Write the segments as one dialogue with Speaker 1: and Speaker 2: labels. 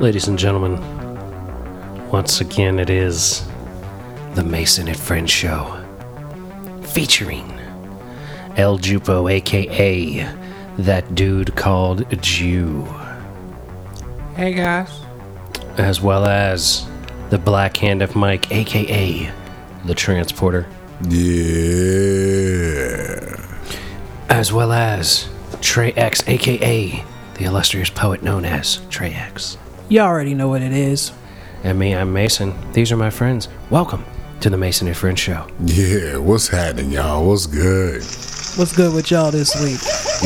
Speaker 1: Ladies and gentlemen, once again it is the Mason and Friends Show featuring El Jupo, aka that dude called Jew,
Speaker 2: Hey guys.
Speaker 1: as well as the Black Hand of Mike, aka the Transporter,
Speaker 3: Yeah.
Speaker 1: as well as Trey X, aka the illustrious poet known as Trey X.
Speaker 2: You already know what it is.
Speaker 1: And me, I'm Mason. These are my friends. Welcome to the Mason and Friends Show.
Speaker 3: Yeah, what's happening, y'all? What's good?
Speaker 2: What's good with y'all this week?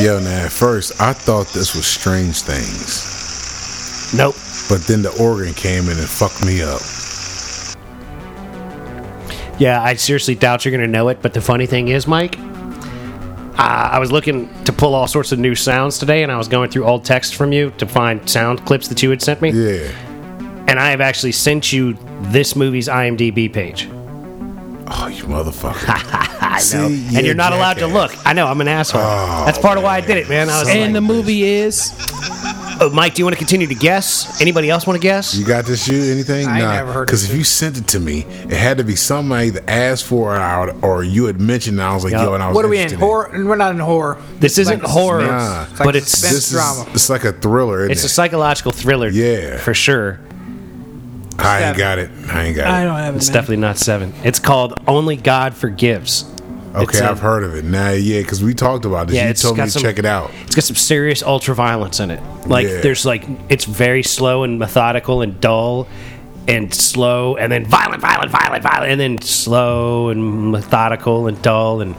Speaker 3: Yo, now, at first, I thought this was Strange Things,
Speaker 1: Nope.
Speaker 3: but then the organ came in and fucked me up.
Speaker 1: Yeah, I seriously doubt you're going to know it. But the funny thing is, Mike, uh, I was looking to pull all sorts of new sounds today, and I was going through old texts from you to find sound clips that you had sent me.
Speaker 3: Yeah.
Speaker 1: And I have actually sent you this movie's IMDb page.
Speaker 3: Oh, you motherfucker.
Speaker 1: I
Speaker 3: See,
Speaker 1: know.
Speaker 3: yeah,
Speaker 1: and you're not allowed to
Speaker 3: jackass. Oh,
Speaker 1: look. I know, I'm an asshole. That's part of why I did it, man. I was
Speaker 2: And
Speaker 1: like,
Speaker 2: the movie is
Speaker 1: oh, Mike, do you want to continue to guess? Anybody else want to guess?
Speaker 3: You got this shit? Anything?
Speaker 2: I ain't
Speaker 3: nah.
Speaker 2: never heard of
Speaker 3: Because if you sent it to me, it had to be something I either asked for or, I would- or you had mentioned. And I was like,
Speaker 1: Yeah.
Speaker 3: yo, and I was
Speaker 2: what are we in
Speaker 3: interested
Speaker 2: horror? We're not in horror.
Speaker 1: This isn't
Speaker 2: like
Speaker 1: horror,
Speaker 3: Nah. It's
Speaker 1: but
Speaker 2: like
Speaker 1: it's
Speaker 2: suspense.
Speaker 3: This
Speaker 2: drama.
Speaker 3: is it's like a thriller. Isn't
Speaker 1: it's a
Speaker 3: it?
Speaker 1: psychological thriller.
Speaker 3: Yeah.
Speaker 1: for sure.
Speaker 3: I ain't got it. I ain't got
Speaker 2: I
Speaker 3: it.
Speaker 2: don't have it.
Speaker 1: It's
Speaker 2: man.
Speaker 1: definitely not seven. It's called Only God Forgives.
Speaker 3: Okay,
Speaker 1: It's a-
Speaker 3: I've heard of it. Nah, yeah, because we talked about this.
Speaker 1: Yeah,
Speaker 3: you
Speaker 1: it's
Speaker 3: told me
Speaker 1: got
Speaker 3: to
Speaker 1: some-
Speaker 3: check it out.
Speaker 1: It's got some serious ultra violence in it. Like
Speaker 3: Yeah.
Speaker 1: there's like it's very slow and methodical and dull and slow and then violent, violent, violent, violent and then slow and methodical and dull and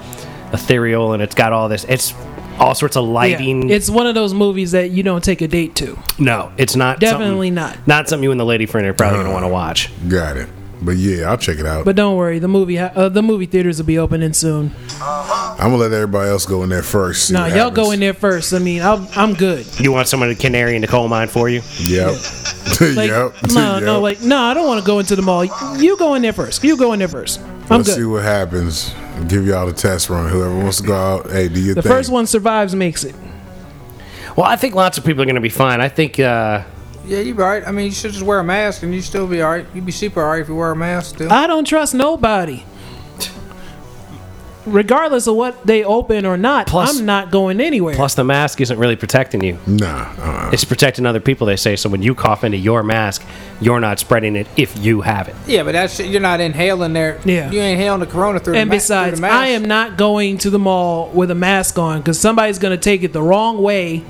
Speaker 1: ethereal and it's got all this it's all sorts of
Speaker 2: Yeah.
Speaker 1: lighting.
Speaker 2: It's one of those movies that you don't take a date to.
Speaker 1: no, it's not
Speaker 2: Definitely
Speaker 1: something-
Speaker 2: not.
Speaker 1: Not something you and the lady friend are probably gonna want to watch.
Speaker 3: Got it. But yeah, I'll check it out.
Speaker 2: But don't worry, the movie ha- uh, the movie theaters will be opening soon.
Speaker 3: I'm gonna let everybody else go in there first. see
Speaker 2: Nah,
Speaker 3: what
Speaker 2: y'all go
Speaker 3: happens.
Speaker 2: in there first. I mean, I'll, I'm good.
Speaker 1: You want someone to canary in the coal mine for you?
Speaker 3: Yep.
Speaker 2: Like,
Speaker 3: yep.
Speaker 2: no, no,
Speaker 3: Yep.
Speaker 2: like, no, I don't want to go into the mall. You go in there first. You go in there first. I'm
Speaker 3: Let's see
Speaker 2: good.
Speaker 3: what happens. Give y'all the test run. Whoever wants to go out, hey, do your
Speaker 2: The
Speaker 3: thing.
Speaker 2: first one survives makes it.
Speaker 1: Well, I think lots of people are gonna be fine. I think uh
Speaker 4: Yeah, you be alright. I mean, you should just wear a mask and you still be alright. You'd be super alright if you wear a mask still.
Speaker 2: I don't trust nobody. Regardless of what they open or not,
Speaker 1: Plus-
Speaker 2: I'm not going anywhere.
Speaker 1: plus the mask isn't really protecting you.
Speaker 3: Nah. Uh-uh.
Speaker 1: It's protecting other people, they say. So when you cough into your mask, you're not spreading it if you have it.
Speaker 4: yeah, but that's you're not inhaling there.
Speaker 2: Yeah.
Speaker 4: you inhaling the corona through.
Speaker 2: and
Speaker 4: the ma-
Speaker 2: besides,
Speaker 4: through the mask.
Speaker 2: I am not going to the mall with a mask on because somebody's going to take it the wrong way.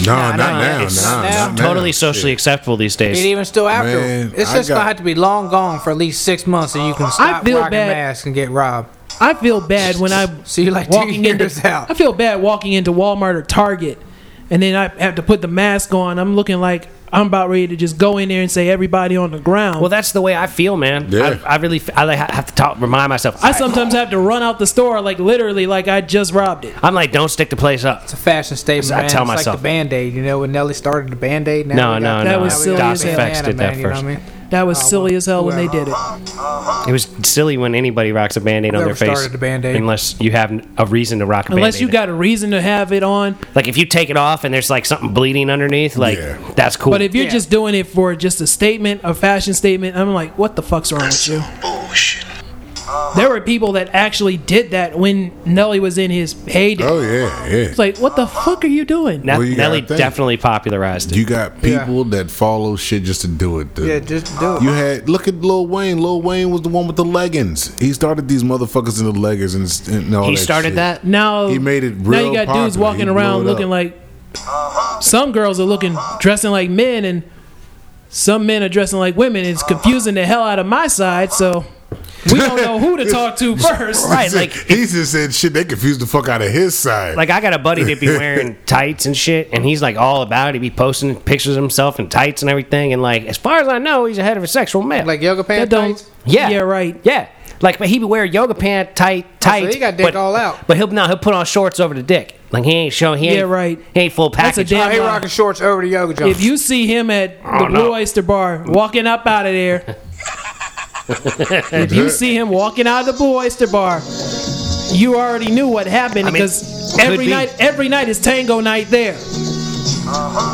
Speaker 3: No,
Speaker 4: Nah,
Speaker 3: not
Speaker 4: nah,
Speaker 3: now.
Speaker 1: it's
Speaker 3: nah,
Speaker 4: now.
Speaker 3: not now.
Speaker 1: Totally socially acceptable these
Speaker 4: And
Speaker 1: days.
Speaker 4: even still after,
Speaker 3: Man,
Speaker 4: it's
Speaker 3: I
Speaker 4: just
Speaker 3: got-
Speaker 4: gonna have to be long gone for at least six months, and you can stop
Speaker 2: feel
Speaker 4: rocking
Speaker 2: bad.
Speaker 4: masks and get robbed.
Speaker 2: I feel bad when I
Speaker 4: So you like two
Speaker 2: walking
Speaker 4: years
Speaker 2: into,
Speaker 4: out.
Speaker 2: I feel bad walking into Walmart or Target, and then I have to put the mask on. I'm looking like I'm about ready to just go in there and say everybody on the ground.
Speaker 1: Well, that's the way I feel, man.
Speaker 3: Yeah.
Speaker 1: I, I really, f- I like ha- have to talk, remind myself.
Speaker 2: I sometimes have to run out the store like literally like I just robbed it.
Speaker 1: I'm like, don't stick the place up.
Speaker 4: It's a fashion statement.
Speaker 1: I
Speaker 4: man.
Speaker 1: tell
Speaker 4: it's like
Speaker 1: myself-
Speaker 4: the band aid. You know when Nelly started the band aid.
Speaker 1: No, no, no.
Speaker 2: That was silly as hell.
Speaker 1: Effects did that first.
Speaker 4: You know what I mean?
Speaker 2: That
Speaker 4: Ah,
Speaker 2: was silly as hell when they did it.
Speaker 4: Uh-huh.
Speaker 1: It was silly when anybody rocks a band aid on
Speaker 4: Whoever
Speaker 1: their face,
Speaker 4: started the Band-Aid.
Speaker 1: unless you have n- a reason to rock a
Speaker 2: Unless
Speaker 1: Band-Aid.
Speaker 2: you got a reason to have it on,
Speaker 1: like if you take it off and there's like something bleeding underneath, like
Speaker 3: Yeah.
Speaker 1: that's cool.
Speaker 2: but if you're
Speaker 4: Yeah.
Speaker 2: just doing it for just a statement, a fashion statement, I'm like, what the fuck's wrong with you? There were people that actually did that when Nelly was in his heyday.
Speaker 3: Oh yeah, yeah.
Speaker 2: It's like, what the fuck are you doing?
Speaker 1: Ne-
Speaker 3: Well, you gotta
Speaker 1: Nelly
Speaker 3: think.
Speaker 1: definitely popularized it.
Speaker 3: You got people that follow shit just to do it. Dude.
Speaker 4: Yeah, just do it.
Speaker 3: You had look at Lil Wayne. Lil Wayne was the one with the leggings. He started these motherfuckers in the leggings and, and all
Speaker 1: he
Speaker 3: that
Speaker 1: started
Speaker 3: shit.
Speaker 1: that.
Speaker 2: Now
Speaker 3: He made it
Speaker 2: Now you
Speaker 3: real
Speaker 2: got dudes
Speaker 3: popular.
Speaker 2: walking
Speaker 3: He blew
Speaker 2: around
Speaker 3: it
Speaker 2: looking
Speaker 3: up.
Speaker 2: like some girls are looking dressing like men, and some men are dressing like women. It's confusing the hell out of my side, so we don't know who to talk to first.
Speaker 1: Right, like
Speaker 3: he just said shit. They confused the fuck out of his side.
Speaker 1: Like I got a buddy that be wearing tights and shit, and he's like all about it. He be posting pictures of himself in tights and everything, and like as far as I know, he's a heterosexual man.
Speaker 4: Like yoga
Speaker 2: That
Speaker 4: pants.
Speaker 2: don't.
Speaker 4: tights?
Speaker 1: yeah,
Speaker 2: Yeah. Right.
Speaker 1: yeah. Like, but he be wearing yoga pant tight
Speaker 4: Oh, so he
Speaker 1: tights.
Speaker 4: got dick
Speaker 1: but,
Speaker 4: all out.
Speaker 1: But he'll no, he'll put on shorts over the dick. Like he ain't show. He ain't,
Speaker 2: Yeah, right.
Speaker 1: He ain't full
Speaker 2: That's a
Speaker 1: package.
Speaker 2: damn-
Speaker 4: Oh, he
Speaker 2: Nah.
Speaker 4: rocking shorts over the yoga jumps.
Speaker 2: If you see him at the
Speaker 1: Oh, no.
Speaker 2: Blue Oyster Bar walking up out of there, if you see him walking out of the Blue Oyster Bar, you already knew what happened
Speaker 1: mean,
Speaker 2: because
Speaker 1: could
Speaker 2: every
Speaker 1: be.
Speaker 2: night, every night is tango night there.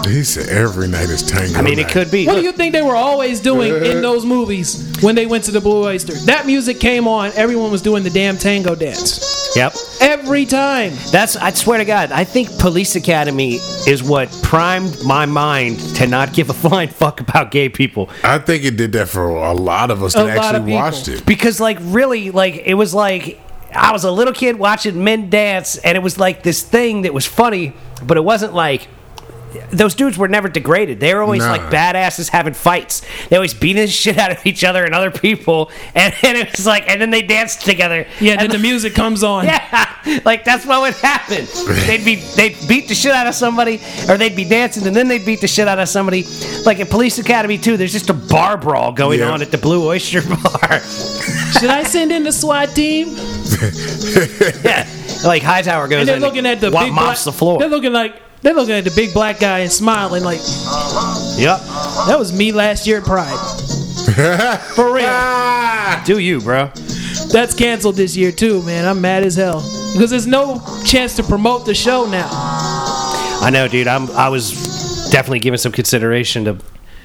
Speaker 3: He said every night is tango.
Speaker 1: I mean, it
Speaker 3: night.
Speaker 1: could be.
Speaker 2: What do
Speaker 1: Look,
Speaker 2: you think they were always doing in those movies when they went to the Blue Oyster? That music came on, everyone was doing the damn tango dance.
Speaker 1: yep.
Speaker 2: Every time.
Speaker 1: That's. I swear to God, I think Police Academy is what primed my mind to not give a flying fuck about gay people.
Speaker 3: I think it did that for a lot of us
Speaker 2: A
Speaker 3: that
Speaker 2: lot of
Speaker 3: actually
Speaker 2: people.
Speaker 3: watched it.
Speaker 1: because like really like it was like i was a little kid watching men dance and it was like this thing that was funny but it wasn't like those dudes were never degraded. They were always
Speaker 3: Nah.
Speaker 1: like badasses having fights. They always beating the shit out of each other and other people, and, and it was like, and then they danced together.
Speaker 2: Yeah, then
Speaker 1: and
Speaker 2: the music comes on.
Speaker 1: yeah, like that's what would happen. They'd be they'd beat the shit out of somebody, or they'd be dancing, and then they'd beat the shit out of somebody. Like at Police Academy too, there's just a bar brawl going
Speaker 3: Yeah.
Speaker 1: on at the Blue Oyster Bar.
Speaker 2: Should I send in the SWAT team?
Speaker 1: Yeah, like Hightower goes
Speaker 2: And they're
Speaker 1: in
Speaker 2: looking at the
Speaker 1: wa-
Speaker 2: big
Speaker 1: mops
Speaker 2: black,
Speaker 1: the floor.
Speaker 2: They're looking like they're looking at the big black guy and smiling like
Speaker 1: yep.
Speaker 2: that was me last year at Pride.
Speaker 1: For real. Do you, bro?
Speaker 2: That's canceled this year too, man. I'm mad as hell because there's no chance to promote the show now.
Speaker 1: I know, dude. I'm. I was definitely giving some consideration to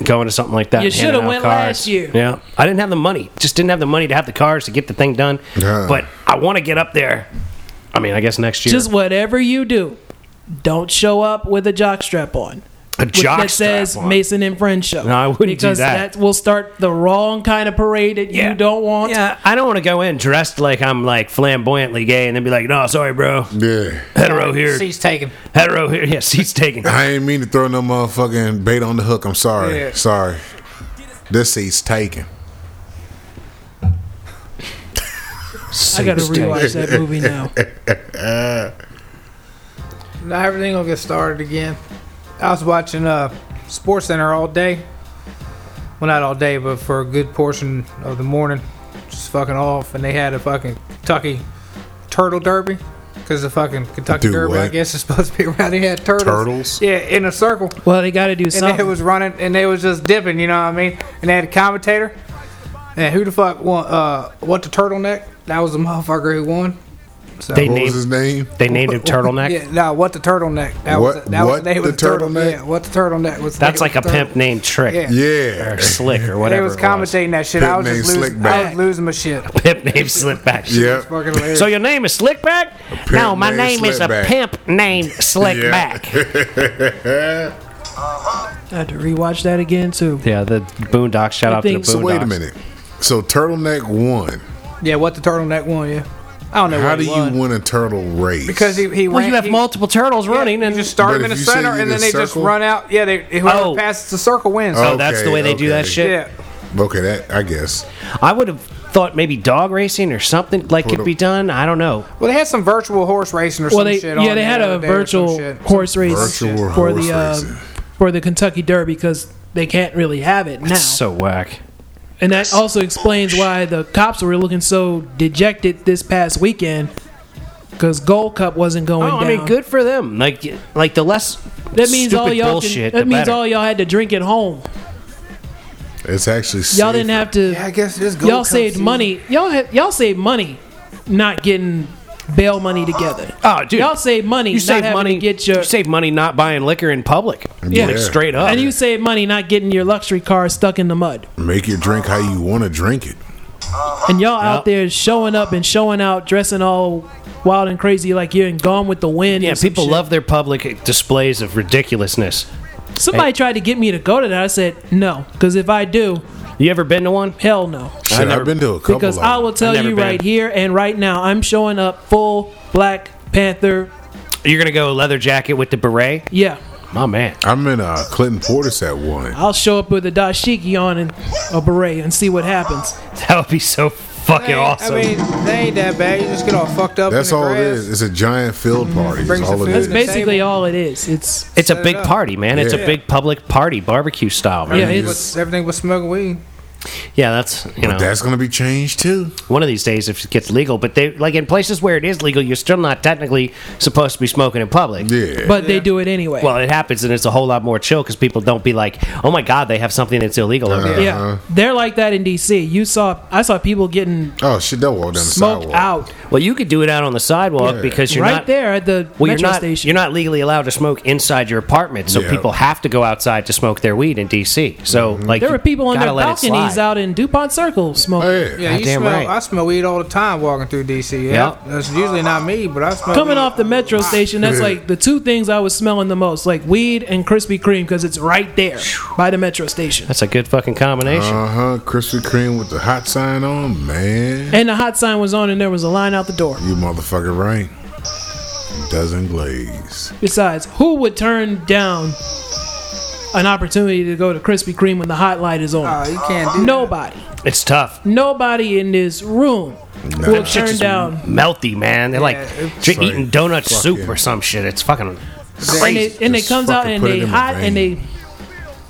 Speaker 1: going to something like that.
Speaker 2: You
Speaker 1: and
Speaker 2: shoulda
Speaker 1: handing out
Speaker 2: went
Speaker 1: cards.
Speaker 2: last year.
Speaker 1: Yeah, I didn't have the money. Just didn't have the money to have the cars to get the thing done.
Speaker 3: Yeah.
Speaker 1: But I want to get up there. I mean, I guess next year.
Speaker 2: Just whatever you do, don't show up with a jockstrap on.
Speaker 1: a
Speaker 2: With-
Speaker 1: jock
Speaker 2: that says
Speaker 1: strap on.
Speaker 2: Mason and Friendship.
Speaker 1: No, I wouldn't do
Speaker 2: because
Speaker 1: that.
Speaker 2: will start the wrong kind of parade that
Speaker 1: Yeah.
Speaker 2: you don't want.
Speaker 1: Yeah, I don't want to go in dressed like I'm like flamboyantly gay and then be like, no, sorry, bro.
Speaker 3: Yeah.
Speaker 1: Hetero here.
Speaker 4: Seats taken.
Speaker 1: Hetero here. Yeah, seats taken.
Speaker 3: I ain't mean to throw no motherfucking bait on the hook. I'm sorry.
Speaker 4: Yeah.
Speaker 3: Sorry. This seat's taken.
Speaker 2: I gotta rewatch that movie now.
Speaker 4: Now everything will get started again. I was watching uh, Sports Center all day. Well, not all day, but for a good portion of the morning, just fucking off. And they had a fucking Kentucky Turtle Derby because the fucking Kentucky
Speaker 3: Do
Speaker 4: Derby, I
Speaker 3: what?
Speaker 4: guess, is supposed to be around. They had turtles.
Speaker 3: Turtles?
Speaker 4: Yeah, in a circle.
Speaker 2: Well, they gotta do
Speaker 4: And they
Speaker 2: something.
Speaker 4: was running, and they was just dipping. You know what I mean? And they had a commentator. And who the fuck won? Uh, what the turtleneck? That was the motherfucker who won. So.
Speaker 1: They
Speaker 3: What
Speaker 1: named
Speaker 3: was his name?
Speaker 1: they named him turtleneck.
Speaker 4: Yeah, no, what the turtleneck? That
Speaker 3: What-
Speaker 4: was that was
Speaker 3: what
Speaker 4: the name
Speaker 3: the
Speaker 4: of the turtle.
Speaker 3: turtleneck?
Speaker 4: Yeah, what the turtleneck was. the
Speaker 1: That's
Speaker 4: name
Speaker 1: like a
Speaker 4: of the turtle.
Speaker 1: pimp named Trick.
Speaker 4: Yeah.
Speaker 3: Yeah. uh,
Speaker 1: Or slick or
Speaker 4: They
Speaker 1: whatever.
Speaker 4: was
Speaker 1: it
Speaker 4: commentating that shit. I
Speaker 3: Pimp
Speaker 4: was just
Speaker 3: named
Speaker 4: losing.
Speaker 3: Slickback.
Speaker 4: I was losing my shit.
Speaker 1: Pimp named Slickback.
Speaker 3: Yep.
Speaker 4: Fucking hilarious.
Speaker 1: So your name is Slickback? No, my
Speaker 3: named
Speaker 1: name is a
Speaker 3: Slickback.
Speaker 1: pimp named
Speaker 3: Yeah.
Speaker 1: Slickback. Yeah.
Speaker 2: I had to rewatch that again too.
Speaker 1: the Boondocks. Shout
Speaker 2: I
Speaker 1: out to the Boondocks.
Speaker 2: think- So
Speaker 3: Wait a minute. So turtleneck won.
Speaker 4: yeah, what the turtleneck won? Yeah, I don't know.
Speaker 3: How
Speaker 4: what
Speaker 3: do
Speaker 4: he
Speaker 3: you
Speaker 4: won.
Speaker 3: win a turtle race?
Speaker 4: Because he he
Speaker 1: Well,
Speaker 4: ran-
Speaker 1: you have
Speaker 4: he-
Speaker 1: multiple turtles
Speaker 4: yeah,
Speaker 1: running, and
Speaker 4: you just start
Speaker 3: But
Speaker 4: him in the
Speaker 3: if you say
Speaker 4: center,
Speaker 3: you
Speaker 4: and
Speaker 3: did
Speaker 4: then they just
Speaker 3: circle-
Speaker 4: run out. Yeah, they whoever
Speaker 1: Oh.
Speaker 4: passes the circle wins.
Speaker 1: oh, that's the
Speaker 3: Okay,
Speaker 1: way they do that
Speaker 3: okay.
Speaker 1: shit.
Speaker 4: Yeah,
Speaker 3: Okay, that I guess.
Speaker 1: I would have thought maybe dog racing or something like could
Speaker 3: Put a-
Speaker 1: be done. I don't know.
Speaker 4: well, they had some virtual horse racing or
Speaker 2: Well,
Speaker 4: some
Speaker 2: they
Speaker 4: shit.
Speaker 2: yeah
Speaker 4: on
Speaker 2: they
Speaker 4: there
Speaker 2: had
Speaker 4: the
Speaker 2: a
Speaker 4: other day or some
Speaker 2: virtual
Speaker 4: shit.
Speaker 2: horse race
Speaker 3: Virtual
Speaker 2: for
Speaker 3: horse
Speaker 2: the
Speaker 3: racing.
Speaker 2: uh, for the Kentucky Derby because they can't really have it now,
Speaker 1: So whack.
Speaker 2: and that also explains why the cops were looking so dejected this past weekend because Gold Cup wasn't
Speaker 1: Oh,
Speaker 2: going down.
Speaker 1: I mean, good for them. Like, like the less
Speaker 2: That means all
Speaker 1: stupid
Speaker 2: y'all
Speaker 1: bullshit,
Speaker 2: can,
Speaker 1: the
Speaker 2: that means
Speaker 1: better.
Speaker 2: all y'all had to drink at home.
Speaker 3: It's actually
Speaker 2: Y'all didn't have to.
Speaker 4: Yeah, I guess this Gold
Speaker 2: y'all
Speaker 4: Cup
Speaker 2: saved
Speaker 4: season-
Speaker 2: money. Y'all had, y'all saved money, not getting bail money together.
Speaker 1: Oh, dude.
Speaker 2: y'all saved money.
Speaker 1: you
Speaker 2: not
Speaker 1: save
Speaker 2: having
Speaker 1: money.
Speaker 2: To get your
Speaker 1: you save money not buying liquor in public.
Speaker 2: Yeah.
Speaker 1: Like, straight up.
Speaker 2: and you save money not getting your luxury car stuck in the mud.
Speaker 3: make it drink how you want to drink it.
Speaker 2: And y'all out
Speaker 1: Yep.
Speaker 2: there showing up and showing out, dressing all wild and crazy like you're in Gone with the Wind.
Speaker 1: yeah,
Speaker 2: and some
Speaker 1: people
Speaker 2: shit.
Speaker 1: love their public displays of ridiculousness.
Speaker 2: Somebody tried to get me to go to that. I said no, because if I do,
Speaker 1: You ever been to one?
Speaker 2: hell no.
Speaker 3: Shit,
Speaker 1: never-
Speaker 3: I've been to a couple
Speaker 2: Because
Speaker 3: of
Speaker 2: I will tell
Speaker 1: I've never
Speaker 2: you
Speaker 1: been.
Speaker 2: right here and right now, I'm showing up full Black Panther.
Speaker 1: You're gonna go leather jacket with the beret?
Speaker 2: Yeah,
Speaker 1: My man.
Speaker 3: I'm in uh, Clinton Portis at one.
Speaker 2: I'll show up with a dashiki on and a beret and see what happens.
Speaker 1: That would be so fucking
Speaker 4: They-
Speaker 1: awesome.
Speaker 4: I mean, they ain't that bad. You just get all fucked up.
Speaker 3: That's
Speaker 4: in the
Speaker 3: all it
Speaker 4: grass.
Speaker 3: is. It's a giant field party. That's
Speaker 4: Brings
Speaker 3: all
Speaker 4: the
Speaker 3: it
Speaker 4: food
Speaker 2: That's
Speaker 3: is.
Speaker 4: and the
Speaker 2: basically
Speaker 4: table.
Speaker 2: all it is. It's
Speaker 1: it's a
Speaker 4: set it
Speaker 1: big
Speaker 4: up.
Speaker 1: party, man. It's a
Speaker 3: Yeah.
Speaker 1: big public party, barbecue style, man.
Speaker 2: Yeah,
Speaker 4: Everything
Speaker 2: it's-
Speaker 4: was- everything was smoking weed.
Speaker 1: Yeah, that's you know
Speaker 3: That's gonna be changed too.
Speaker 1: one of these days if it gets legal. But they like in places where it is legal, you're still not technically supposed to be smoking in public.
Speaker 3: Yeah.
Speaker 2: But they do it anyway.
Speaker 1: Well, it happens, and it's a whole lot more chill because people don't be like, "Oh my God, they have something that's illegal." over there."
Speaker 2: yeah, they're like that in DC. You saw, I saw people getting
Speaker 3: oh shit, that walk down the
Speaker 2: smoked
Speaker 3: sidewalk.
Speaker 2: out
Speaker 1: Well, you could do it out on the sidewalk because you're
Speaker 2: right
Speaker 1: not
Speaker 2: there at the
Speaker 1: Well, you're
Speaker 2: metro
Speaker 1: not
Speaker 2: station.
Speaker 1: you're not legally allowed to smoke inside your apartment, so
Speaker 3: Yeah. Mm-hmm.
Speaker 1: people have to go outside to smoke their weed in DC. So like,
Speaker 2: there
Speaker 1: you
Speaker 2: were people on
Speaker 1: gotta
Speaker 2: their
Speaker 1: let it
Speaker 2: balconies
Speaker 1: slide.
Speaker 2: out in Dupont Circle smoking.
Speaker 3: Oh, Yeah.
Speaker 4: Yeah, you
Speaker 1: Goddamn
Speaker 4: smell.
Speaker 1: right.
Speaker 4: I smell weed all the time walking through DC. Yeah,
Speaker 1: Yep.
Speaker 4: that's usually not me, but I smell.
Speaker 2: Coming
Speaker 4: weed.
Speaker 2: off the metro station, that's
Speaker 3: Yeah.
Speaker 2: like the two things I was smelling the most, like weed and Krispy Kreme, because it's right there by the metro station.
Speaker 1: That's a good fucking combination.
Speaker 3: Uh huh. Krispy Kreme with the hot sign on, man.
Speaker 2: And the hot sign was on, and there was a line out the door.
Speaker 3: You motherfucker right. Dozen glaze.
Speaker 2: Besides, who would turn down an opportunity to go to Krispy Kreme when the hot light is on?
Speaker 1: Uh,
Speaker 4: Oh, you can't do
Speaker 2: Nobody.
Speaker 3: Uh-huh.
Speaker 1: it's tough.
Speaker 2: Nobody in this room will turn down.
Speaker 1: Melty, man. They're
Speaker 4: Yeah,
Speaker 1: like dr-
Speaker 3: like
Speaker 1: eating donut soup
Speaker 3: fucking-
Speaker 1: or some shit. It's fucking
Speaker 2: And
Speaker 1: crazy.
Speaker 2: it, and it
Speaker 3: Just
Speaker 2: comes out
Speaker 3: fucking
Speaker 2: and
Speaker 3: put it
Speaker 2: they
Speaker 3: in my
Speaker 2: hot and they
Speaker 3: vein.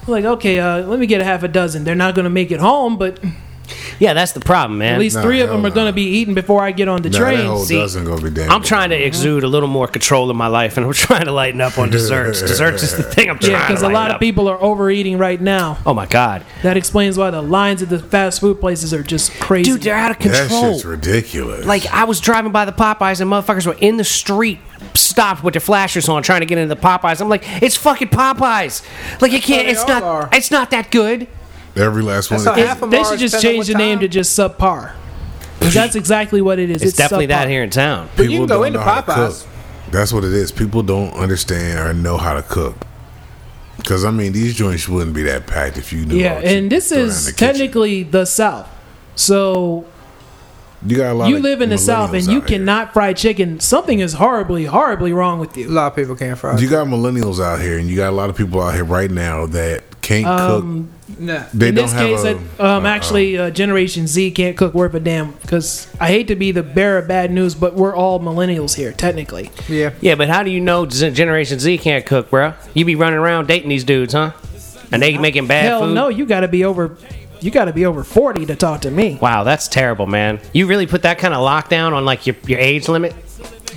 Speaker 2: like, okay, uh, let me get a half a dozen. They're not going to make it home, but
Speaker 1: yeah, that's the problem, man.
Speaker 2: at least
Speaker 3: Nah,
Speaker 2: three of
Speaker 3: hell
Speaker 2: them are
Speaker 3: nah.
Speaker 2: going to be eaten before I get on the
Speaker 3: Nah, that
Speaker 2: train.
Speaker 3: whole
Speaker 1: see,
Speaker 3: dozen gonna be damn.
Speaker 1: I'm trying to exude a little more control in my life, and I'm trying to lighten up on desserts. desserts is the thing I'm trying
Speaker 2: yeah, because
Speaker 1: to
Speaker 2: a
Speaker 1: lighten
Speaker 2: lot of
Speaker 1: up.
Speaker 2: people are overeating right now.
Speaker 1: Oh my god,
Speaker 2: That explains why the lines at the fast food places are just crazy.
Speaker 1: dude, they're out of
Speaker 3: That
Speaker 1: control.
Speaker 3: shit's ridiculous.
Speaker 1: Like I was driving by the Popeyes and motherfuckers were in the street, stopped with their flashers on, trying to get into the Popeyes. I'm like, it's fucking Popeyes. Like it can't.
Speaker 4: they
Speaker 1: It's
Speaker 4: all
Speaker 1: not.
Speaker 4: are.
Speaker 1: It's not that good.
Speaker 3: every last one.
Speaker 4: That's
Speaker 3: is-
Speaker 4: a half of
Speaker 2: they
Speaker 4: ours,
Speaker 2: should just
Speaker 4: depending
Speaker 2: change the
Speaker 4: on what
Speaker 2: name to
Speaker 4: time.
Speaker 2: just subpar. 'Cause that's exactly what it is.
Speaker 1: It's, definitely that
Speaker 2: subpar.
Speaker 1: here in town.
Speaker 4: But you
Speaker 3: People
Speaker 4: can go
Speaker 3: don't
Speaker 4: into
Speaker 3: know how to
Speaker 4: Popeyes.
Speaker 3: cook. That's what it is. People don't understand or know how to cook. Because I mean, these joints wouldn't be that packed if you knew.
Speaker 2: Yeah,
Speaker 3: what you
Speaker 2: and this
Speaker 3: throw in
Speaker 2: is
Speaker 3: the kitchen.
Speaker 2: technically the South. So
Speaker 3: You got a lot.
Speaker 2: you
Speaker 3: of
Speaker 2: live in the South and
Speaker 3: millennials
Speaker 2: you
Speaker 3: out here.
Speaker 2: cannot fry chicken. Something is horribly, horribly wrong with
Speaker 4: A
Speaker 2: you.
Speaker 4: lot of people can't fry.
Speaker 3: You got millennials out here, and you got a lot of people out here right now that can't cook.
Speaker 4: nah.
Speaker 3: They
Speaker 2: Um, In
Speaker 3: don't
Speaker 2: this
Speaker 3: have
Speaker 2: case,
Speaker 3: a,
Speaker 2: I- um, actually, uh, Generation Z can't cook worth a damn. Because I hate to be the bearer of bad news, but we're all millennials here, technically.
Speaker 4: Yeah.
Speaker 1: Yeah, but how do you know Z- Generation Z can't cook, bro? You be running around dating these dudes, huh? And they making bad
Speaker 2: Hell
Speaker 1: food.
Speaker 2: no, you got to be over, you got to be over forty to talk to me.
Speaker 1: Wow, that's terrible, man. You really put that kind of lockdown on like your, your age limit?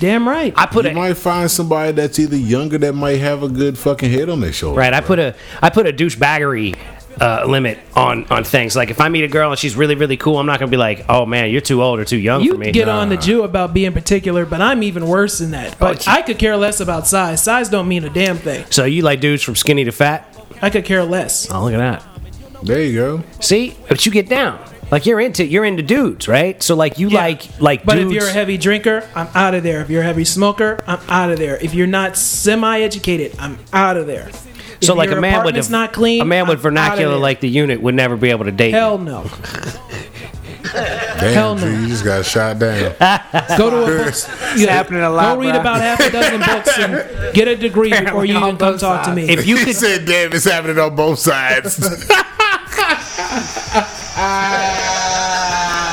Speaker 2: Damn right.
Speaker 1: I put
Speaker 3: You
Speaker 1: a
Speaker 3: might find somebody that's either younger that might have a good fucking head on their shoulder.
Speaker 1: Right. I put a I put a douchebaggery uh, limit on on things. Like if I meet a girl and she's really really cool, I'm not gonna be like, oh man, you're too old or too young for
Speaker 2: You
Speaker 1: me.
Speaker 2: get on the Jew about being particular, but I'm even worse than that. But
Speaker 1: Oh, gee.
Speaker 2: I could care less about size. Size don't mean a damn thing.
Speaker 1: so you like dudes from skinny to fat?
Speaker 2: I could care less.
Speaker 1: Oh look at that.
Speaker 3: There you go.
Speaker 1: See, but you get down. Like you're into you're into dudes, right? So like you
Speaker 2: Yeah.
Speaker 1: like like
Speaker 2: But
Speaker 1: dudes.
Speaker 2: if you're a heavy drinker, I'm out of there. If you're a heavy smoker, I'm out of there. If you're not semi-educated, I'm out of there.
Speaker 1: so
Speaker 2: If
Speaker 1: like
Speaker 2: your
Speaker 1: a man with
Speaker 2: apartment's
Speaker 1: a,
Speaker 2: not clean,
Speaker 1: a man with
Speaker 2: I'm
Speaker 1: vernacular
Speaker 2: outta
Speaker 1: like the unit would never be able to date.
Speaker 2: there. hell no.
Speaker 3: Damn,
Speaker 2: Hell
Speaker 3: Drew,
Speaker 2: no.
Speaker 3: you just got shot down.
Speaker 2: Go to a book.
Speaker 4: It's happening a lot.
Speaker 2: Go read
Speaker 4: bruh.
Speaker 2: about half a dozen books and get a degree before you
Speaker 4: on
Speaker 2: even come
Speaker 4: both
Speaker 2: talk to
Speaker 4: sides.
Speaker 2: me.
Speaker 1: If you
Speaker 3: he
Speaker 1: could
Speaker 3: said, "Damn, it's happening on both sides."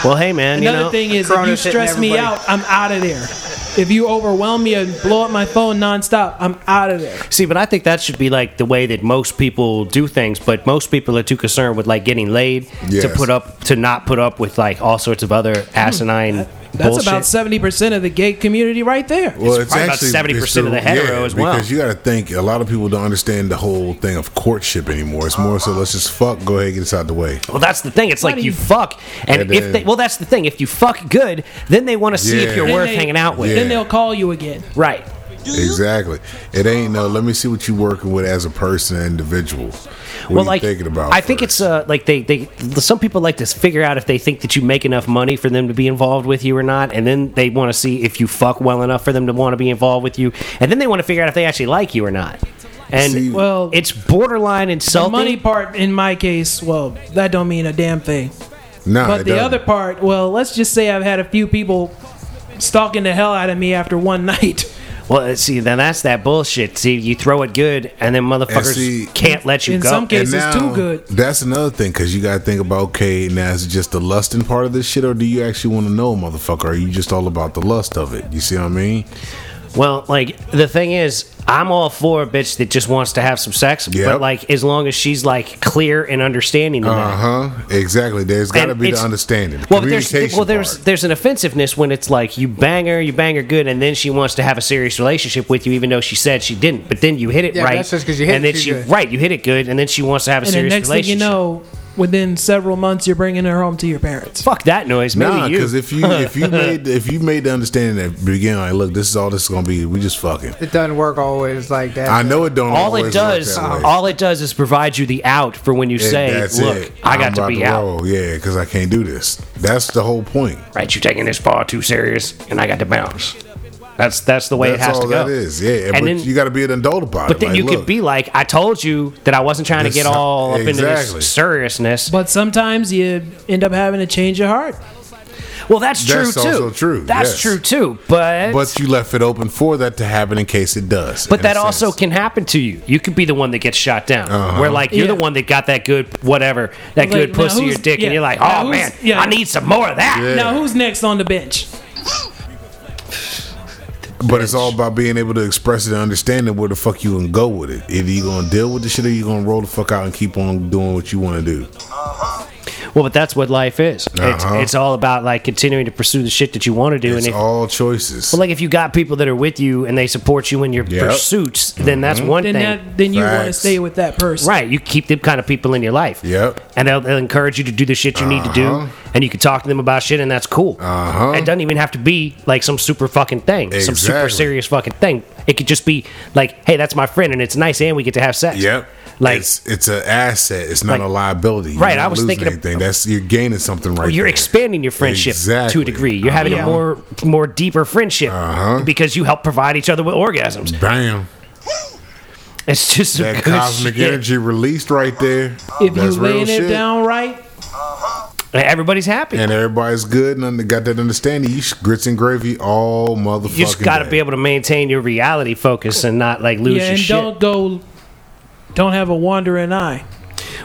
Speaker 1: Well, hey man,
Speaker 2: Another
Speaker 1: you know,
Speaker 2: thing is, if
Speaker 4: Corona's
Speaker 2: you
Speaker 4: hitting
Speaker 2: stress me
Speaker 4: everybody.
Speaker 2: out, I'm out of there. If you overwhelm me and blow up my phone nonstop, I'm out of there.
Speaker 1: See, but I think that should be like the way that most people do things, but most people are too concerned with like getting laid to
Speaker 3: Yes.
Speaker 1: put up to not put up with like all sorts of other asinine
Speaker 2: Hmm. That's
Speaker 1: bullshit.
Speaker 2: about seventy percent of the gay community right there.
Speaker 3: Well,
Speaker 1: It's probably about 70% of the hetero as well.
Speaker 3: Because you got to think, a lot of people don't understand the whole thing of courtship anymore. It's more so let's just fuck, go ahead, and get this out the way.
Speaker 1: well, that's the thing. It's like
Speaker 2: do
Speaker 1: you,
Speaker 2: you-
Speaker 1: fuck, and
Speaker 3: And
Speaker 1: if
Speaker 3: then-
Speaker 1: they, well, that's the thing. If you fuck good, then they want to see if
Speaker 3: Yeah.
Speaker 1: you're
Speaker 3: Then
Speaker 1: worth
Speaker 2: they-
Speaker 1: hanging out with.
Speaker 3: Yeah.
Speaker 2: Then they'll call you again.
Speaker 1: Right.
Speaker 3: Exactly. It ain't no. Let me see what you working with as a person, an individual. What
Speaker 1: well,
Speaker 3: you
Speaker 1: like
Speaker 3: thinking about?
Speaker 1: I think it's uh, like they they some people like to figure out if they think that you make enough money for them to be involved with you or not, and then they want to see if you fuck well enough for them to want to be involved with you, and then they want to figure out if they actually like you or not. And
Speaker 3: See-
Speaker 2: Well-
Speaker 1: it's borderline
Speaker 2: The
Speaker 1: insulting.
Speaker 2: money part, in my case, well, that don't mean a damn thing.
Speaker 3: it's nah,
Speaker 2: But
Speaker 3: it
Speaker 2: the
Speaker 3: doesn't.
Speaker 2: other part, well, let's just say I've had a few people stalking the hell out of me after one night.
Speaker 1: well, see, then that's that bullshit. See, you throw it good, and then motherfuckers
Speaker 3: see-
Speaker 1: can't let you
Speaker 2: In
Speaker 1: go.
Speaker 2: some cases- This is too good.
Speaker 3: That's another thing because you got to think about okay, now is it just the lusting part of this shit, or do you actually want to know, a motherfucker? Are you just all about the lust of it? You see what I mean?
Speaker 1: Well, like the thing is, I'm all for a bitch that just wants to have some sex,
Speaker 3: Yep.
Speaker 1: but like as long as she's like clear and understanding. of that.
Speaker 3: Uh huh. Exactly. There's got to
Speaker 1: And
Speaker 3: be the
Speaker 1: it's-
Speaker 3: understanding. The
Speaker 1: Well, there's
Speaker 3: communication
Speaker 1: well, there's
Speaker 3: part.
Speaker 1: there's an offensiveness when it's like you bang her, you bang her good, and then she wants to have a serious relationship with you, even though she said she didn't. But then you hit it
Speaker 4: Yeah,
Speaker 1: right,
Speaker 4: that's just 'cause you hit
Speaker 1: and
Speaker 4: it
Speaker 1: then
Speaker 4: too
Speaker 1: she
Speaker 4: good.
Speaker 1: right, you hit it good, and then she wants to have a
Speaker 2: And the
Speaker 1: serious
Speaker 2: next thing you
Speaker 1: relationship.
Speaker 2: know, within several months, you're bringing her home to your parents.
Speaker 1: fuck that noise. Maybe
Speaker 3: Nah,
Speaker 1: you.
Speaker 3: because if you if you made if you made the understanding at the beginning, like, look, this is all this is gonna be. We just fucking.
Speaker 4: It doesn't work always like that.
Speaker 3: I know it don't.
Speaker 1: all
Speaker 3: always
Speaker 1: it does, uh,
Speaker 3: work that way.
Speaker 1: all it does is provide you the out for when you
Speaker 3: And
Speaker 1: say,
Speaker 3: that's
Speaker 1: "Look,
Speaker 3: it.
Speaker 1: I
Speaker 3: I'm
Speaker 1: got
Speaker 3: about
Speaker 1: to be out."
Speaker 3: roll. Yeah, because I can't do this. That's the whole point.
Speaker 1: Right, you're taking this far too serious, and I got to bounce. That's that's the way
Speaker 3: That's
Speaker 1: it has
Speaker 3: all
Speaker 1: to go.
Speaker 3: that is. Yeah,
Speaker 1: and
Speaker 3: but
Speaker 1: then
Speaker 3: you got to be an adult about it.
Speaker 1: But then
Speaker 3: Like,
Speaker 1: you could
Speaker 3: look,
Speaker 1: be like, I told you that I wasn't trying to
Speaker 3: This-
Speaker 1: get all up into
Speaker 3: exactly.
Speaker 1: this seriousness.
Speaker 2: But sometimes you end up having to change your heart.
Speaker 1: well, that's true
Speaker 3: That's
Speaker 1: too.
Speaker 3: also true,
Speaker 1: That's
Speaker 3: yes.
Speaker 1: true too. But but,
Speaker 3: But you left it open for that to happen in case it does. in a
Speaker 1: that also
Speaker 3: sense.
Speaker 1: can happen to you. You could be the one that gets shot down.
Speaker 3: Uh-huh.
Speaker 1: Where like you're the
Speaker 2: Yeah.
Speaker 1: one that got that good whatever, that
Speaker 2: Like,
Speaker 1: good
Speaker 2: now
Speaker 1: pussy or
Speaker 2: who's-
Speaker 1: dick,
Speaker 2: yeah.
Speaker 1: and you're like, oh
Speaker 2: Now who's-
Speaker 1: man,
Speaker 2: yeah.
Speaker 1: I need some more of that.
Speaker 3: Yeah.
Speaker 2: Now, who's next on the bench?
Speaker 3: But it's all about being able to express it and understanding where the fuck you can go with it. Either you gonna deal with the shit or you gonna roll the fuck out and keep on doing what you want to do.
Speaker 1: Well, but that's what life is. It's,
Speaker 3: Uh-huh.
Speaker 1: it's all about like continuing to pursue the shit that you want to do,
Speaker 3: It's
Speaker 1: and if
Speaker 3: all choices.
Speaker 1: But like if you got people that are with you and they support you in your
Speaker 3: Yep. Mm-hmm.
Speaker 1: pursuits, then that's one
Speaker 2: Then
Speaker 1: thing.
Speaker 2: that, then you want to
Speaker 3: Facts.
Speaker 2: stay with that person.
Speaker 1: right. You keep them kind of people in your life.
Speaker 3: Yep.
Speaker 1: And they'll, they'll encourage you to do the shit you need to do. And you can talk to them about shit and that's cool.
Speaker 3: Uh-huh.
Speaker 1: It doesn't even have to be like some super fucking thing. Some super
Speaker 3: Exactly.
Speaker 1: serious fucking thing. It could just be like, hey, that's my friend and it's nice and we get to have sex.
Speaker 3: Yep.
Speaker 1: Like
Speaker 3: it's it's an asset. It's not
Speaker 1: like-
Speaker 3: a liability. You're
Speaker 1: Right,
Speaker 3: not
Speaker 1: I was
Speaker 3: losing
Speaker 1: thinking of-
Speaker 3: anything. That's you're gaining something right.
Speaker 1: you're
Speaker 3: there.
Speaker 1: expanding your friendship to
Speaker 3: Exactly. Uh-huh.
Speaker 1: a degree. You're having
Speaker 2: Yeah.
Speaker 1: a more more deeper friendship because you help provide each other with orgasms.
Speaker 3: Bam.
Speaker 1: It's just some
Speaker 3: That
Speaker 1: good
Speaker 3: cosmic
Speaker 1: shit.
Speaker 3: energy released right there.
Speaker 2: If
Speaker 3: That's
Speaker 2: you
Speaker 3: real
Speaker 2: laying it
Speaker 3: shit.
Speaker 2: down right,
Speaker 1: Everybody's happy.
Speaker 3: and everybody's good and under- got that understanding, you sh- grits and gravy all motherfucking.
Speaker 1: you just got to be able to maintain your reality focus and not like lose
Speaker 2: yeah,
Speaker 1: your
Speaker 2: and
Speaker 1: shit.
Speaker 2: don't go, don't have a wandering eye.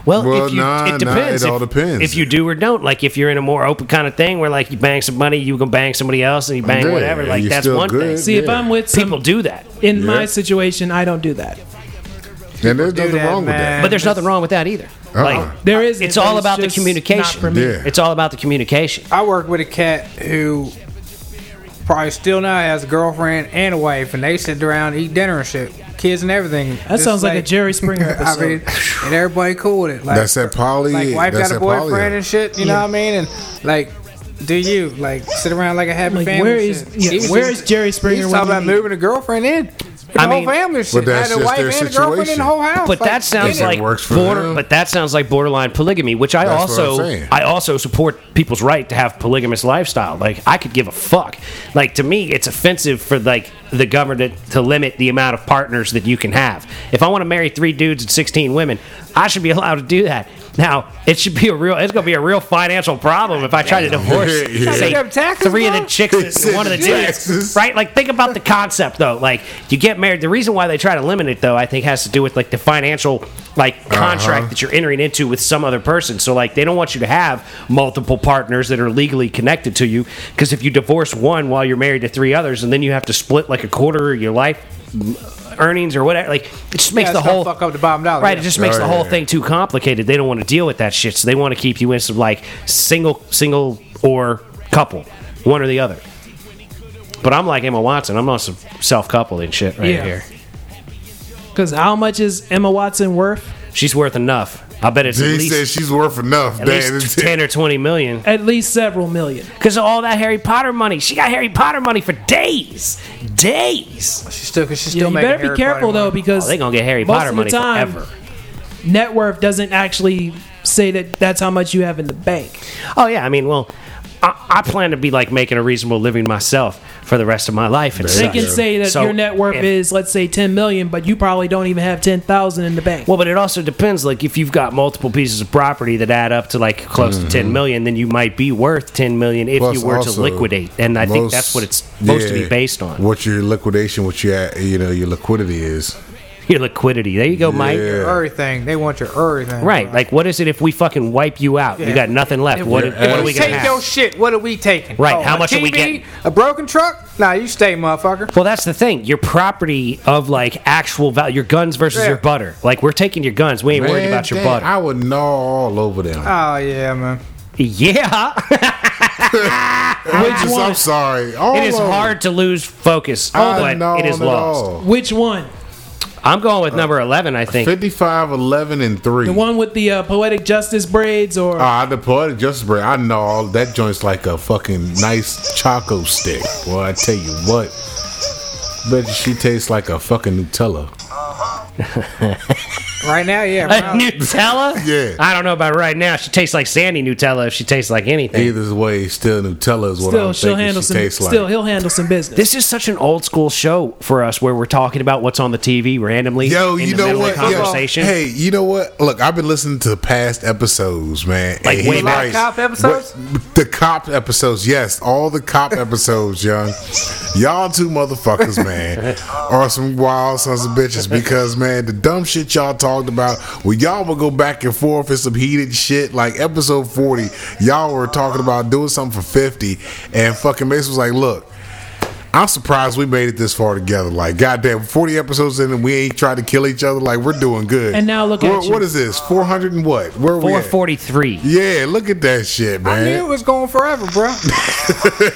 Speaker 1: well,
Speaker 3: Well,
Speaker 1: if you,
Speaker 3: nah, nah,
Speaker 1: it depends.
Speaker 3: it
Speaker 1: if,
Speaker 3: all depends.
Speaker 1: If you do or don't, like if you're in a more open kind of thing where like you bang somebody, you can bang somebody else, and you bang
Speaker 3: Yeah,
Speaker 1: whatever.
Speaker 3: and
Speaker 1: Like
Speaker 3: you're
Speaker 1: that's
Speaker 3: still
Speaker 1: one
Speaker 3: good.
Speaker 1: thing.
Speaker 2: See, if
Speaker 3: Yeah.
Speaker 2: I'm with some,
Speaker 1: People do that,
Speaker 2: in
Speaker 3: Yeah.
Speaker 2: my situation, I don't do that.
Speaker 3: And there's nothing
Speaker 4: that,
Speaker 3: wrong with
Speaker 4: man.
Speaker 1: but
Speaker 3: that.
Speaker 1: there's nothing wrong with that either. Like
Speaker 2: There is.
Speaker 1: It's all about the
Speaker 2: just
Speaker 1: communication.
Speaker 2: not for me.
Speaker 3: Uh-uh. Yeah.
Speaker 1: it's all about the communication.
Speaker 4: I work with a cat who probably still now has a girlfriend and a wife, and they sit around, eat dinner and shit, kids and everything.
Speaker 2: That sounds like, a Jerry Springer
Speaker 4: I
Speaker 2: episode.
Speaker 4: mean, and everybody cool with it. Like,
Speaker 3: That's that poly.
Speaker 4: like wife
Speaker 3: that's
Speaker 4: got a
Speaker 3: that poly.
Speaker 4: boyfriend and shit. You know what I mean? And like, do you like sit around like a happy
Speaker 2: Like,
Speaker 4: family?
Speaker 2: where
Speaker 4: and
Speaker 2: is-
Speaker 4: shit?
Speaker 2: yeah,
Speaker 4: He was
Speaker 2: where is Jerry Springer
Speaker 4: He was
Speaker 2: when
Speaker 4: talking
Speaker 2: you
Speaker 4: about
Speaker 2: need
Speaker 4: moving a girlfriend in. The
Speaker 1: I
Speaker 4: whole
Speaker 1: mean-
Speaker 4: family and shit.
Speaker 3: that's
Speaker 4: had a
Speaker 3: just
Speaker 4: wife
Speaker 3: their
Speaker 4: and a girlfriend in
Speaker 3: situation.
Speaker 4: the whole house.
Speaker 1: But
Speaker 4: Like,
Speaker 1: that sounds
Speaker 4: get it.
Speaker 1: like
Speaker 3: works for
Speaker 1: border,
Speaker 3: them.
Speaker 1: but that sounds like borderline polygamy, which I
Speaker 3: That's what I'm
Speaker 1: also
Speaker 3: saying.
Speaker 1: I also support people's right to have polygamous lifestyle. Like I could give a fuck. Like to me, it's offensive for like the government to limit the amount of partners that you can have. If I want to marry three dudes and sixteen women, I should be allowed to do that. Now it should be a real. It's gonna be a real financial problem if I try to divorce
Speaker 3: Yeah.
Speaker 1: say,
Speaker 4: Gotta pick up taxes,
Speaker 1: three of the
Speaker 4: bro.
Speaker 1: chicks and one of the dudes,
Speaker 3: Taxes.
Speaker 1: right? Like, think about the concept though. Like, you get married. The reason why they try to limit it though, I think, has to do with like the financial like
Speaker 4: Uh-huh.
Speaker 1: contract that you're entering into with some other person. So like, they don't want you to have multiple partners that are legally connected to you because if you divorce one while you're married to three others, and then you have to split like a quarter of your life earnings or whatever, like it just makes
Speaker 4: it's
Speaker 1: the
Speaker 4: gonna
Speaker 1: whole
Speaker 4: fuck up the bottom dollar,
Speaker 1: Right,
Speaker 4: yeah.
Speaker 1: it just makes
Speaker 3: Oh,
Speaker 1: the whole
Speaker 3: yeah.
Speaker 1: thing too complicated. They don't want to deal with that shit, so they want to keep you in some like single, single or couple, one or the other. But I'm like Emma Watson. I'm on some self coupling shit right
Speaker 2: Yeah.
Speaker 1: here.
Speaker 2: Because how much is Emma Watson worth?
Speaker 1: She's worth enough. I bet it's at
Speaker 3: He said
Speaker 1: least,
Speaker 3: she's worth enough.
Speaker 1: at least ten or twenty million.
Speaker 2: At least several million.
Speaker 1: Because of all that Harry Potter money, she got Harry Potter money for days, days.
Speaker 4: She's still, cause she's
Speaker 2: Yeah,
Speaker 4: still
Speaker 2: you
Speaker 4: making
Speaker 2: better be
Speaker 4: Harry
Speaker 2: careful
Speaker 4: Potter
Speaker 2: though,
Speaker 4: money.
Speaker 2: because
Speaker 1: Oh, they gonna get Harry
Speaker 2: most
Speaker 1: Potter
Speaker 2: of the
Speaker 1: money
Speaker 2: time,
Speaker 1: forever.
Speaker 2: Net worth doesn't actually say that that's how much you have in the bank.
Speaker 1: Oh yeah, I mean, well, I, I plan to be like making a reasonable living myself for the rest of my life. And
Speaker 2: They
Speaker 1: such.
Speaker 2: can say that
Speaker 1: So,
Speaker 2: your net worth
Speaker 1: if-
Speaker 2: is let's say 10 million, but you probably don't even have 10,000 in the bank.
Speaker 1: Well, but it also depends. Like, if you've got multiple pieces of property that add up to like close to ten million, then you might be worth ten million if
Speaker 3: Mm-hmm. Plus
Speaker 1: you were to
Speaker 3: also,
Speaker 1: liquidate. And I think that's
Speaker 3: most-
Speaker 1: what it's supposed to
Speaker 3: yeah,
Speaker 1: be based on.
Speaker 3: What your liquidation, what your you know your liquidity is.
Speaker 1: your liquidity. There you go, Mike.
Speaker 3: Yeah.
Speaker 4: Everything. They want your everything.
Speaker 1: Right. Like, what is it if we fucking wipe you out? You
Speaker 4: Yeah.
Speaker 1: got nothing left. What,
Speaker 3: we-
Speaker 1: what are we going
Speaker 4: take
Speaker 1: to
Speaker 4: your
Speaker 1: have?
Speaker 4: shit. What are we taking?
Speaker 1: Right,
Speaker 4: Oh,
Speaker 1: how
Speaker 4: a
Speaker 1: much are we
Speaker 4: TV?
Speaker 1: getting?
Speaker 4: A broken truck? Nah, you stay, motherfucker.
Speaker 1: well, that's the thing. Your property of like actual value, your guns versus
Speaker 4: Yeah.
Speaker 1: your butter. Like, we're taking your guns. We ain't worried
Speaker 3: Man,
Speaker 1: about your Uh,
Speaker 3: damn,
Speaker 1: butter.
Speaker 3: I would gnaw all over them.
Speaker 4: Oh yeah, man.
Speaker 1: yeah.
Speaker 3: Just-
Speaker 2: one?
Speaker 3: I'm sorry. All
Speaker 1: it is
Speaker 3: of them.
Speaker 1: hard to lose focus,
Speaker 3: I
Speaker 1: but it is
Speaker 3: gnaw on
Speaker 1: lost.
Speaker 3: all.
Speaker 2: Which one?
Speaker 1: I'm going with number 11, I think.
Speaker 3: 55, 11, and 3.
Speaker 2: The one with the uh, poetic justice braids, or
Speaker 3: Ah, the poetic justice bread. I know all that joint's like a fucking nice choco stick. Boy, I tell you what. Bet you she tastes like a fucking Nutella.
Speaker 4: Right now,
Speaker 1: A
Speaker 4: yeah. right now.
Speaker 1: Nutella?
Speaker 3: Yeah.
Speaker 1: I don't know about right now. She tastes like Sandy Nutella if she tastes like anything.
Speaker 3: Either way, still Nutella is what
Speaker 2: still
Speaker 3: I'm
Speaker 2: she'll
Speaker 3: thinking
Speaker 2: handle
Speaker 3: she
Speaker 2: some.
Speaker 3: tastes like.
Speaker 2: Still, he'll handle some business.
Speaker 1: This is such an old school show for us where we're talking about what's on the TV randomly.
Speaker 3: Yo,
Speaker 1: in
Speaker 3: you
Speaker 1: the
Speaker 3: know
Speaker 1: middle
Speaker 3: what?
Speaker 1: Of
Speaker 3: Yo,
Speaker 1: conversation.
Speaker 3: hey, you know what? Look, I've been listening to past episodes, man.
Speaker 1: Like
Speaker 3: and
Speaker 1: way
Speaker 3: he's
Speaker 1: back.
Speaker 3: right.
Speaker 4: Cop episodes?
Speaker 3: What- The cop episodes, yes, all the cop episodes, young. Y'all two motherfuckers, man, are some wild sons of bitches because man, the dumb shit y'all talked about, when y'all would go back and forth and some heated shit. Like episode forty, y'all were talking about doing something for fifty, and fucking Mason was like, "Look." I'm surprised we made it this far together. Like, goddamn, 40 episodes in and we ain't tried to kill each other. Like, we're doing good.
Speaker 2: And now look at
Speaker 3: What-
Speaker 2: you.
Speaker 3: What is this? 400 and what? Where are we at?
Speaker 1: 443.
Speaker 3: oh, Yeah, look at that shit,
Speaker 4: I
Speaker 3: man.
Speaker 4: knew it was going forever, bro.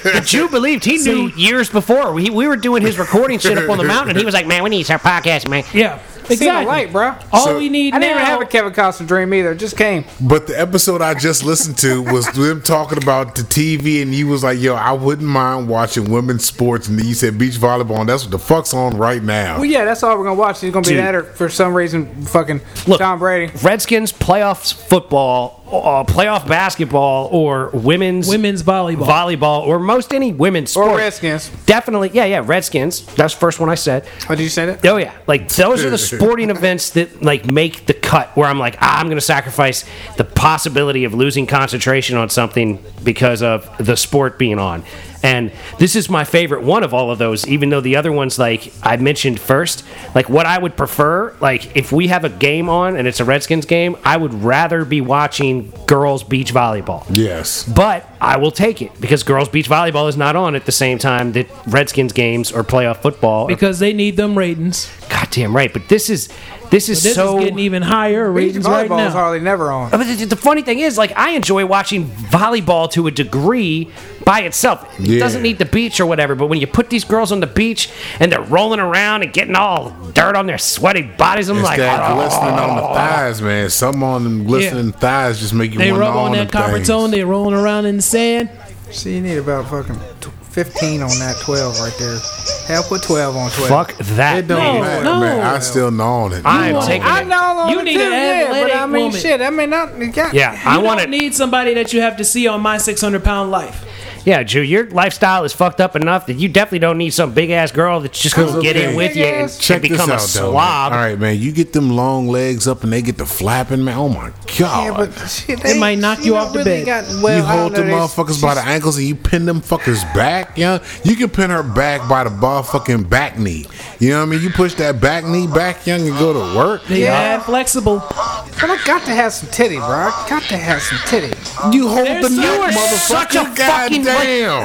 Speaker 1: But you believed he knew
Speaker 2: See-
Speaker 1: years before. We, we were doing his recording shit up on the mountain. He was like, man, we need to start podcast, man.
Speaker 2: yeah, exactly.
Speaker 4: light, bro.
Speaker 2: All
Speaker 3: So-
Speaker 2: we need
Speaker 4: I
Speaker 2: now.
Speaker 4: didn't even have a Kevin Costner dream either. It just came.
Speaker 3: But the episode I just listened to was them talking about the TV, and you was like, "Yo, I wouldn't mind watching women's sports." And you said beach volleyball, and that's what the fuck's on right now.
Speaker 4: Well, yeah, that's all we're gonna watch. It's gonna be
Speaker 1: Dude.
Speaker 4: that, or for some reason, fucking
Speaker 1: Look,
Speaker 4: Tom Brady.
Speaker 1: Redskins playoffs football, uh, playoff basketball, or women's
Speaker 2: Women's volleyball.
Speaker 1: volleyball, or most any women's
Speaker 4: Or
Speaker 1: sport.
Speaker 4: Redskins.
Speaker 1: Definitely, yeah, yeah, Redskins. That's the first one I said.
Speaker 4: Oh, did you say that?
Speaker 1: Oh yeah, like those are the sporting events that like make the cut. Where I'm like, ah, I'm going to sacrifice the possibility of losing concentration on something because of the sport being on. And this is my favorite one of all of those, even though the other ones like I mentioned first. Like what I would prefer, like if we have a game on and it's a Redskins game, I would rather be watching girls beach volleyball.
Speaker 3: yes,
Speaker 1: But I will take it because girls beach volleyball is not on at the same time that Redskins games or playoff football or
Speaker 2: because they need them ratings.
Speaker 1: Goddamn right, but this is this is
Speaker 2: This
Speaker 1: so.
Speaker 2: is getting even higher
Speaker 4: Beach
Speaker 2: ratings right
Speaker 4: volleyball is
Speaker 2: now.
Speaker 4: hardly never on.
Speaker 1: Uh, but the, the funny thing is, like, I enjoy watching volleyball to a degree by itself. It
Speaker 3: Yeah.
Speaker 1: doesn't need the beach or whatever. But when you put these girls on the beach and they're rolling around and getting all dirt on their sweaty bodies, I'm
Speaker 3: it's
Speaker 1: like,
Speaker 3: that
Speaker 1: "Oh."
Speaker 3: glistening on the thighs, man. Some on them glistening thighs just make you
Speaker 2: They
Speaker 3: want to
Speaker 2: rub on that copper tone. They rolling around in the sand.
Speaker 4: So you need about fucking t- fifteen on that twelve right there. Hell, put twelve on twelve.
Speaker 1: fuck that.
Speaker 3: It don't
Speaker 1: man.
Speaker 3: matter,
Speaker 2: no.
Speaker 3: man. I still gnaw on it.
Speaker 1: I'm
Speaker 2: want-
Speaker 1: taking
Speaker 4: I
Speaker 1: it.
Speaker 4: know all
Speaker 2: You
Speaker 4: of
Speaker 2: need
Speaker 4: it
Speaker 2: an
Speaker 4: too, yeah, but I
Speaker 2: athletic
Speaker 4: mean,
Speaker 2: woman.
Speaker 4: shit. I mean, not. You got,
Speaker 1: Yeah,
Speaker 2: You
Speaker 1: I want
Speaker 2: don't
Speaker 1: it.
Speaker 2: need somebody that you have to see on my 600 pound life.
Speaker 1: yeah, Drew, your lifestyle is fucked up enough that you definitely don't need some big ass girl that's just gonna
Speaker 3: Cause,
Speaker 1: get
Speaker 3: okay,
Speaker 1: in with you and,
Speaker 4: big-ass-
Speaker 1: and become a
Speaker 3: though.
Speaker 1: swab.
Speaker 3: All right, man. You get them long legs up and they get the flapping, man. Oh my god.
Speaker 4: Yeah, but shit, they,
Speaker 2: might knock
Speaker 4: she
Speaker 2: you
Speaker 4: don't
Speaker 2: off the bed.
Speaker 4: really Got, well,
Speaker 3: you
Speaker 4: I don't
Speaker 3: hold
Speaker 4: know,
Speaker 3: the
Speaker 4: they-
Speaker 3: motherfuckers by the ankles and you pin them fuckers back, yeah. You can pin her back by the motherfucking back knee. You know what I mean? You push that back knee back, young, and go to work.
Speaker 2: They
Speaker 4: Yeah.
Speaker 2: mad flexible.
Speaker 4: But I got to have some titty, bro. I got to have some titty.
Speaker 3: You hold
Speaker 2: There's
Speaker 3: the
Speaker 2: some-
Speaker 3: knee,
Speaker 1: You are
Speaker 3: motherfucker.
Speaker 1: such a fucking.
Speaker 3: goddamn.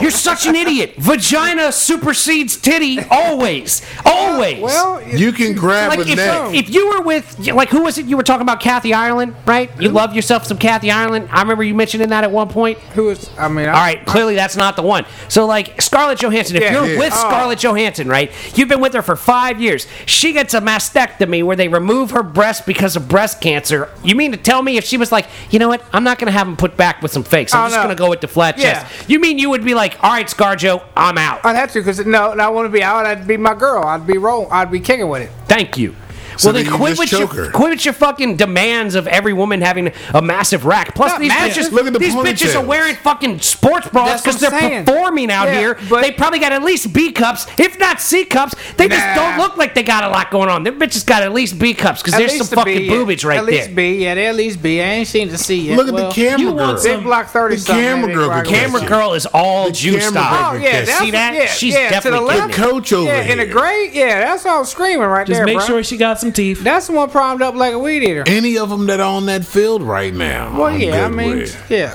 Speaker 1: You're such an idiot. Vagina supersedes titty always, always.
Speaker 4: Well, it-
Speaker 3: you can grab
Speaker 1: like
Speaker 3: a
Speaker 1: if,
Speaker 3: neck.
Speaker 1: if you were with like who was it you were talking about Kathy Ireland, right? You love yourself some Kathy Ireland. I remember you mentioning that at one point.
Speaker 4: who is? I mean, I,
Speaker 1: All right, clearly that's not the one. So like Scarlett Johansson, if
Speaker 4: Yeah,
Speaker 1: you're
Speaker 3: yeah.
Speaker 1: with
Speaker 3: Oh.
Speaker 1: Scarlett Johansson, right? You've been with her for 5 years. She gets a mastectomy where they remove her breast because of breast cancer. You mean to tell me if she was like, "You know what? I'm not going to have them put back with some fakes. I'm
Speaker 4: Oh,
Speaker 1: just
Speaker 4: no.
Speaker 1: going to go with the flat
Speaker 4: Yeah.
Speaker 1: chest." You mean you would be like, "All right, Scarjo, I'm out."
Speaker 4: I'd have to because no, and I want to be out. I'd be my girl. I'd be roll. I'd be kicking with it.
Speaker 1: Thank you.
Speaker 3: So
Speaker 1: well, then
Speaker 3: then you
Speaker 1: quit
Speaker 3: just
Speaker 1: with,
Speaker 3: choke
Speaker 1: your,
Speaker 3: her.
Speaker 1: quit with your fucking demands of every woman having a massive rack. Plus,
Speaker 4: Not
Speaker 1: these
Speaker 4: massive.
Speaker 1: bitches,
Speaker 3: Look at the
Speaker 1: these bitches are
Speaker 3: ponytails.
Speaker 1: wearing fucking sports bras
Speaker 4: That's
Speaker 1: because
Speaker 4: what
Speaker 1: they're
Speaker 4: I'm saying.
Speaker 1: performing out
Speaker 4: Yeah,
Speaker 1: here.
Speaker 4: but-
Speaker 1: They probably got at least B cups, if not C cups. They just
Speaker 4: Nah.
Speaker 1: don't look like they got a lot going on. Their bitches got at least B cups because
Speaker 4: At
Speaker 1: there's
Speaker 4: least
Speaker 1: some
Speaker 4: to be,
Speaker 1: fucking
Speaker 4: yeah.
Speaker 1: boobage right
Speaker 4: at
Speaker 1: there.
Speaker 4: least be, yeah, they at least be. I ain't seen to see yet.
Speaker 3: Look at
Speaker 4: Well,
Speaker 3: the camera
Speaker 2: you
Speaker 3: girl.
Speaker 2: want
Speaker 4: Big block thirty.
Speaker 3: The
Speaker 4: something,
Speaker 3: camera
Speaker 4: they
Speaker 3: girl can
Speaker 4: rock with
Speaker 1: Camera
Speaker 3: Yeah.
Speaker 4: it.
Speaker 1: girl is all juiced
Speaker 3: camera
Speaker 1: up.
Speaker 4: Oh yeah, that's
Speaker 1: See that?
Speaker 4: Yeah,
Speaker 1: She's
Speaker 4: yeah, to
Speaker 1: definitely
Speaker 4: the
Speaker 1: getting
Speaker 4: left.
Speaker 1: it.
Speaker 3: Coach over
Speaker 4: Yeah, in
Speaker 3: here.
Speaker 4: a gray. Yeah, that's all screaming right
Speaker 2: Just
Speaker 4: there,
Speaker 2: make
Speaker 4: bro.
Speaker 2: sure she got some some teeth.
Speaker 4: That's the one primed up like a weed eater.
Speaker 3: Any of them that are on that field right now.
Speaker 4: Well,
Speaker 3: I'm
Speaker 4: yeah, I
Speaker 3: good
Speaker 4: mean,
Speaker 3: with.
Speaker 4: yeah.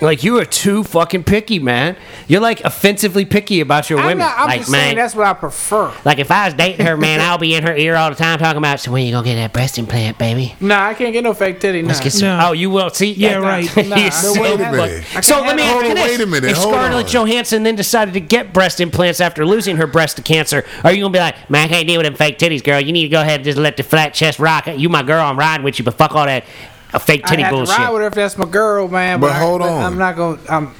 Speaker 1: Like you are too fucking picky, man. You're like offensively picky about your
Speaker 4: I'm,
Speaker 1: women.
Speaker 4: not, I'm
Speaker 1: like
Speaker 4: just saying that's what I prefer.
Speaker 1: like if I was dating her, man, I'll be in her ear all the time talking about. So when you gonna get that breast implant, baby?
Speaker 4: Nah, I can't get no fake titty. Nah.
Speaker 1: Let's get some.
Speaker 2: No.
Speaker 1: Oh, you will see.
Speaker 2: Yeah, right.
Speaker 1: He's
Speaker 4: Nah. No,
Speaker 1: so
Speaker 3: wait a
Speaker 1: fucked.
Speaker 3: minute. I
Speaker 1: So
Speaker 4: can't
Speaker 1: let me
Speaker 4: have-
Speaker 1: ask you
Speaker 3: Hold on,
Speaker 1: this:
Speaker 3: wait a minute,
Speaker 1: If
Speaker 3: hold
Speaker 1: Scarlett
Speaker 3: on.
Speaker 1: Johansson then decided to get breast implants after losing her breast to cancer, are you gonna be like, man, I can't deal with them fake titties, girl? You need to go ahead and just let the flat chest rock. You my girl, I'm riding with you, but fuck all that uh, fake
Speaker 4: I
Speaker 1: titty
Speaker 4: have to
Speaker 1: bullshit.
Speaker 4: ride with her if that's my girl, man.
Speaker 3: But
Speaker 4: I-
Speaker 3: hold
Speaker 4: but
Speaker 3: on.
Speaker 4: I'm not gonna. I'm,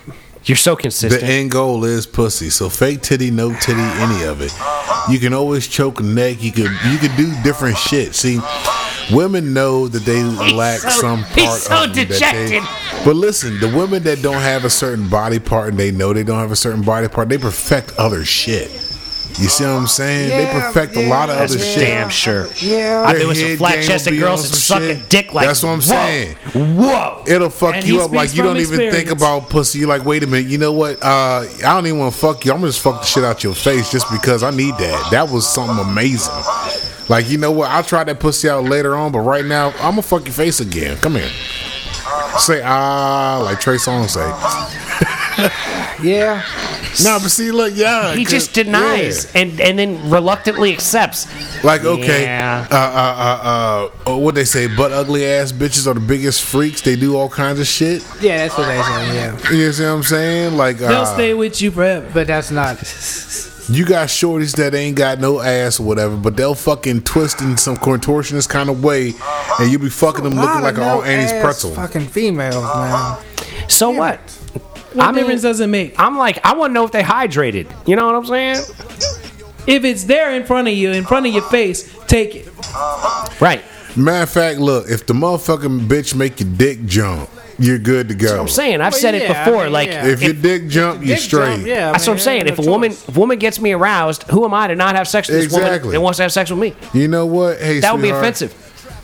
Speaker 1: You're so
Speaker 3: The
Speaker 1: consistent.
Speaker 3: end goal is pussy. So fake titty, no titty, any of it. You can always choke neck. You could you could do different shit. See, women know that they lack
Speaker 1: so-
Speaker 3: some part
Speaker 1: he's so
Speaker 3: of them that they-
Speaker 1: dejected.
Speaker 3: but listen, the women that don't have a certain body part and they know they don't have a certain body part, they perfect other shit. You see what I'm saying? they
Speaker 4: Yeah,
Speaker 3: perfect a lot of
Speaker 4: yeah,
Speaker 3: other
Speaker 1: That's
Speaker 3: shit.
Speaker 1: damn sure.
Speaker 4: yeah.
Speaker 1: I've
Speaker 3: Their
Speaker 1: been with some
Speaker 3: head
Speaker 1: flat
Speaker 3: game
Speaker 1: chested
Speaker 3: will be
Speaker 1: girls
Speaker 3: on
Speaker 1: that
Speaker 3: some
Speaker 1: suck a
Speaker 3: shit.
Speaker 1: dick like
Speaker 3: That's what I'm
Speaker 1: whoa,
Speaker 3: saying.
Speaker 1: Whoa.
Speaker 3: It'll fuck
Speaker 2: And
Speaker 3: you
Speaker 2: he
Speaker 3: up like
Speaker 2: speaks
Speaker 3: you
Speaker 2: from
Speaker 3: don't even think
Speaker 2: experience.
Speaker 3: about pussy. You're like, wait a minute, you know what? Uh, I don't even want to fuck you. I'm gonna just fuck the shit out your face just because I need that. That was something amazing. Like, you know what? I'll try that pussy out later on, but right now, I'm gonna fuck your face again. Come here. Say ah, like Trey Songz say.
Speaker 4: Yeah.
Speaker 3: No, but see, look, yeah,
Speaker 1: He
Speaker 3: 'cause-
Speaker 1: just denies and, and then reluctantly accepts.
Speaker 3: yeah. Like, okay,
Speaker 1: Yeah.
Speaker 3: uh, uh, uh, uh, oh, what they say? Butt ugly ass bitches are the biggest freaks. They do all kinds of shit.
Speaker 4: Yeah, that's what they say. Yeah.
Speaker 3: You see what I'm saying? Like,
Speaker 2: They'll
Speaker 3: uh,
Speaker 2: stay with you forever.
Speaker 4: But that's not.
Speaker 3: You got shorties that ain't got no ass or whatever, but they'll fucking twist in some contortionist kind of way, and you'll be fucking them looking like an all Annie's
Speaker 4: ass
Speaker 3: pretzel.
Speaker 4: Fucking females, man.
Speaker 1: So what? I
Speaker 2: What
Speaker 1: mean-
Speaker 2: difference does it make?
Speaker 1: I'm like, I want to know if they hydrated. You know what I'm saying?
Speaker 2: If it's there in front of you, in front of your face, take it.
Speaker 1: Right.
Speaker 3: Matter of fact, look, if the motherfucking bitch make your dick jump, you're good to go.
Speaker 1: I'm saying I've
Speaker 4: Well,
Speaker 1: said
Speaker 4: yeah, I
Speaker 1: it before.
Speaker 4: mean,
Speaker 1: like,
Speaker 4: yeah.
Speaker 3: If your dick jump, you're
Speaker 4: Dick
Speaker 3: straight.
Speaker 4: jump, yeah. I
Speaker 1: that's
Speaker 4: mean,
Speaker 1: what I'm saying.
Speaker 4: ain't
Speaker 1: If a
Speaker 4: no
Speaker 1: woman
Speaker 4: choice.
Speaker 1: if a woman gets me aroused, who am I to not have sex with this woman
Speaker 3: Exactly.
Speaker 1: that wants to have sex with me?
Speaker 3: You know what? Hey,
Speaker 1: That would be
Speaker 3: sweetheart,
Speaker 1: offensive.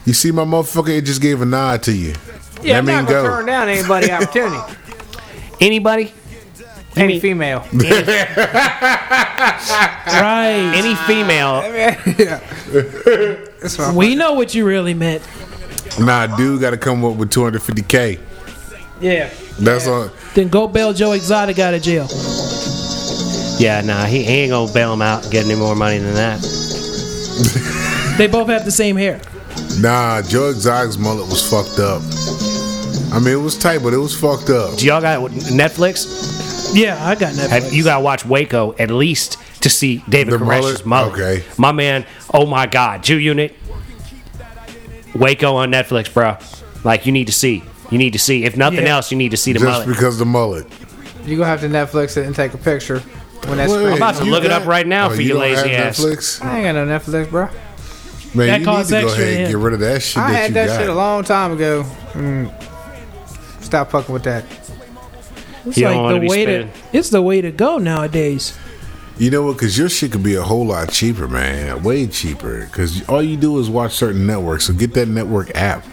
Speaker 3: You see my motherfucker? It just gave a nod to you.
Speaker 4: Yeah,
Speaker 3: that
Speaker 4: I'm
Speaker 3: mean
Speaker 4: not gonna
Speaker 3: go.
Speaker 4: turn down anybody opportunity.
Speaker 1: Anybody?
Speaker 4: Any
Speaker 1: mean-
Speaker 4: female.
Speaker 2: Right.
Speaker 1: Any female?
Speaker 4: yeah. That's what I'm-
Speaker 2: We know what you really meant.
Speaker 3: Nah, dude, got to come up with 250k.
Speaker 4: yeah.
Speaker 3: That's all.
Speaker 2: Then go bail Joe Exotic out of jail.
Speaker 1: Yeah, nah. He, he ain't gonna bail him out and get any more money than that.
Speaker 2: They both have the same hair.
Speaker 3: Nah, Joe Exotic's mullet was fucked up. I mean, it was tight, but it was fucked up.
Speaker 1: Do y'all got Netflix?
Speaker 2: Yeah, I got Netflix.
Speaker 1: Have, you gotta watch Waco at least to see David
Speaker 3: The
Speaker 1: Koresh's mullet.
Speaker 3: mullet? Okay.
Speaker 1: My man. Oh my God. Jew Unit. Waco on Netflix, bro. Like you need to see. You need to see. If nothing
Speaker 2: Yeah.
Speaker 1: else, you need to see the
Speaker 3: Just
Speaker 1: mullet.
Speaker 3: because the mullet.
Speaker 4: You gonna have to Netflix it and take a picture when that's.
Speaker 3: Wait,
Speaker 4: finished.
Speaker 1: about to
Speaker 3: Oh, you
Speaker 1: look it up right now for you
Speaker 3: don't
Speaker 1: lazy
Speaker 3: have
Speaker 1: ass.
Speaker 3: Netflix?
Speaker 4: I ain't got no Netflix, bro.
Speaker 3: Man,
Speaker 2: That
Speaker 3: you need
Speaker 2: costs
Speaker 3: to go
Speaker 2: extra,
Speaker 3: ahead and
Speaker 2: yeah.
Speaker 3: get rid of that shit
Speaker 4: I
Speaker 3: that
Speaker 4: had
Speaker 3: you
Speaker 4: that
Speaker 3: got.
Speaker 4: shit a long time ago. Mm. Stop fucking with that.
Speaker 2: It's
Speaker 1: You don't
Speaker 2: like
Speaker 1: wanna
Speaker 2: the
Speaker 1: be
Speaker 2: way to,
Speaker 1: spinning.
Speaker 2: it's the way to go nowadays.
Speaker 3: You know what? Because your shit could be a whole lot cheaper, man. Way cheaper. Because all you do is watch certain networks. So get that network app.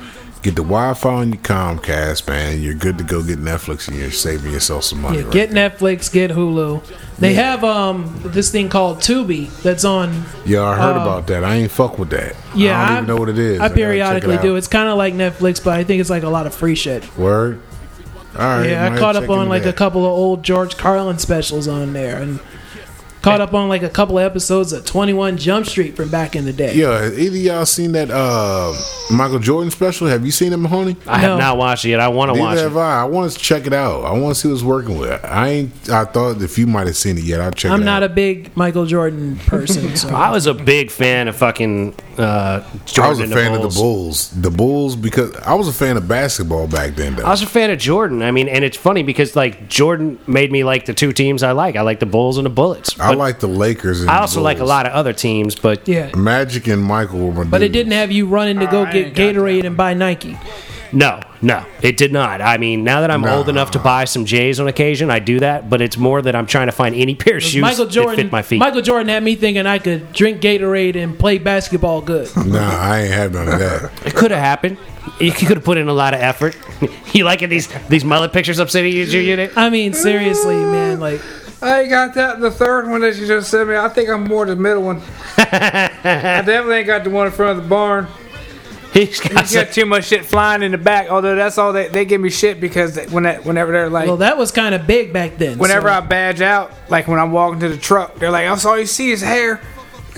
Speaker 3: Get the Wi-Fi on your Comcast, man. You're good to go get Netflix, and you're saving yourself some money.
Speaker 2: Yeah,
Speaker 3: right
Speaker 2: get
Speaker 3: now.
Speaker 2: Netflix, get Hulu. They have um this thing called Tubi that's on.
Speaker 3: Yeah, I heard about that. I ain't fuck with that.
Speaker 2: um, Yeah,
Speaker 3: I don't even know what it is.
Speaker 2: I
Speaker 3: gotta check
Speaker 2: periodically
Speaker 3: it out.
Speaker 2: do. It's kind of like Netflix, but I think it's like a lot of free shit.
Speaker 3: Word. All right.
Speaker 2: Yeah, I
Speaker 3: might
Speaker 2: caught
Speaker 3: check
Speaker 2: up on
Speaker 3: into
Speaker 2: like a
Speaker 3: that.
Speaker 2: couple of old George Carlin specials on there, and caught up on like a couple of episodes of Twenty One Jump Street from back in the day.
Speaker 3: Yeah, either y'all seen that uh, Michael Jordan special? Have you seen it, Mahoney?
Speaker 1: I have
Speaker 2: No.
Speaker 1: not watched it yet. I want to watch
Speaker 3: Neither have
Speaker 1: it.
Speaker 3: I. I want to check it out. I want to see what's working with. it. I ain't. I thought if you might have seen it yet, I'll check.
Speaker 2: I'm
Speaker 3: it
Speaker 2: not
Speaker 3: out.
Speaker 2: a big Michael Jordan person. So.
Speaker 1: I was a big fan of fucking uh, Jordan.
Speaker 3: I was a
Speaker 1: and
Speaker 3: fan
Speaker 1: the
Speaker 3: of the Bulls. The Bulls because I was a fan of basketball back then. Though.
Speaker 1: I was a fan of Jordan. I mean, and it's funny because like Jordan made me like the two teams I like. I like the Bulls and the Bullets.
Speaker 3: I
Speaker 1: But
Speaker 3: like the Lakers. And
Speaker 1: I
Speaker 3: the
Speaker 1: also like a
Speaker 3: Bulls.
Speaker 1: lot of other teams, but
Speaker 2: yeah,
Speaker 3: Magic and Michael were my.
Speaker 2: but it
Speaker 3: dudes.
Speaker 2: didn't have you running to go
Speaker 4: I
Speaker 2: get
Speaker 4: ain't got
Speaker 2: Gatorade and buy Nike.
Speaker 1: no, no, it did not. I mean, now that I'm old
Speaker 3: Nah.
Speaker 1: enough to buy some J's on occasion, I do that. But it's more that I'm trying to find any pair of shoes
Speaker 2: Michael Jordan,
Speaker 1: that fit my feet.
Speaker 2: Michael Jordan had me thinking I could drink Gatorade and play basketball good.
Speaker 3: Nah, I ain't have none of that.
Speaker 1: It could have happened. You could have put in a lot of effort. you liking these these mullet pictures I'm sending you, Junior?
Speaker 2: I mean, seriously, man, like
Speaker 4: I ain't got that in the third one that you just sent me. I think I'm more the middle one. I definitely ain't got the one in front of the barn.
Speaker 1: He's got
Speaker 4: You got too much shit flying in the back. Although that's all they, they give me shit because they, when that, whenever they're like,
Speaker 2: Well, that was kind of big back then.
Speaker 4: whenever
Speaker 2: so-
Speaker 4: I badge out, like when I'm walking to the truck, they're like, "That's all you see is hair."
Speaker 1: some-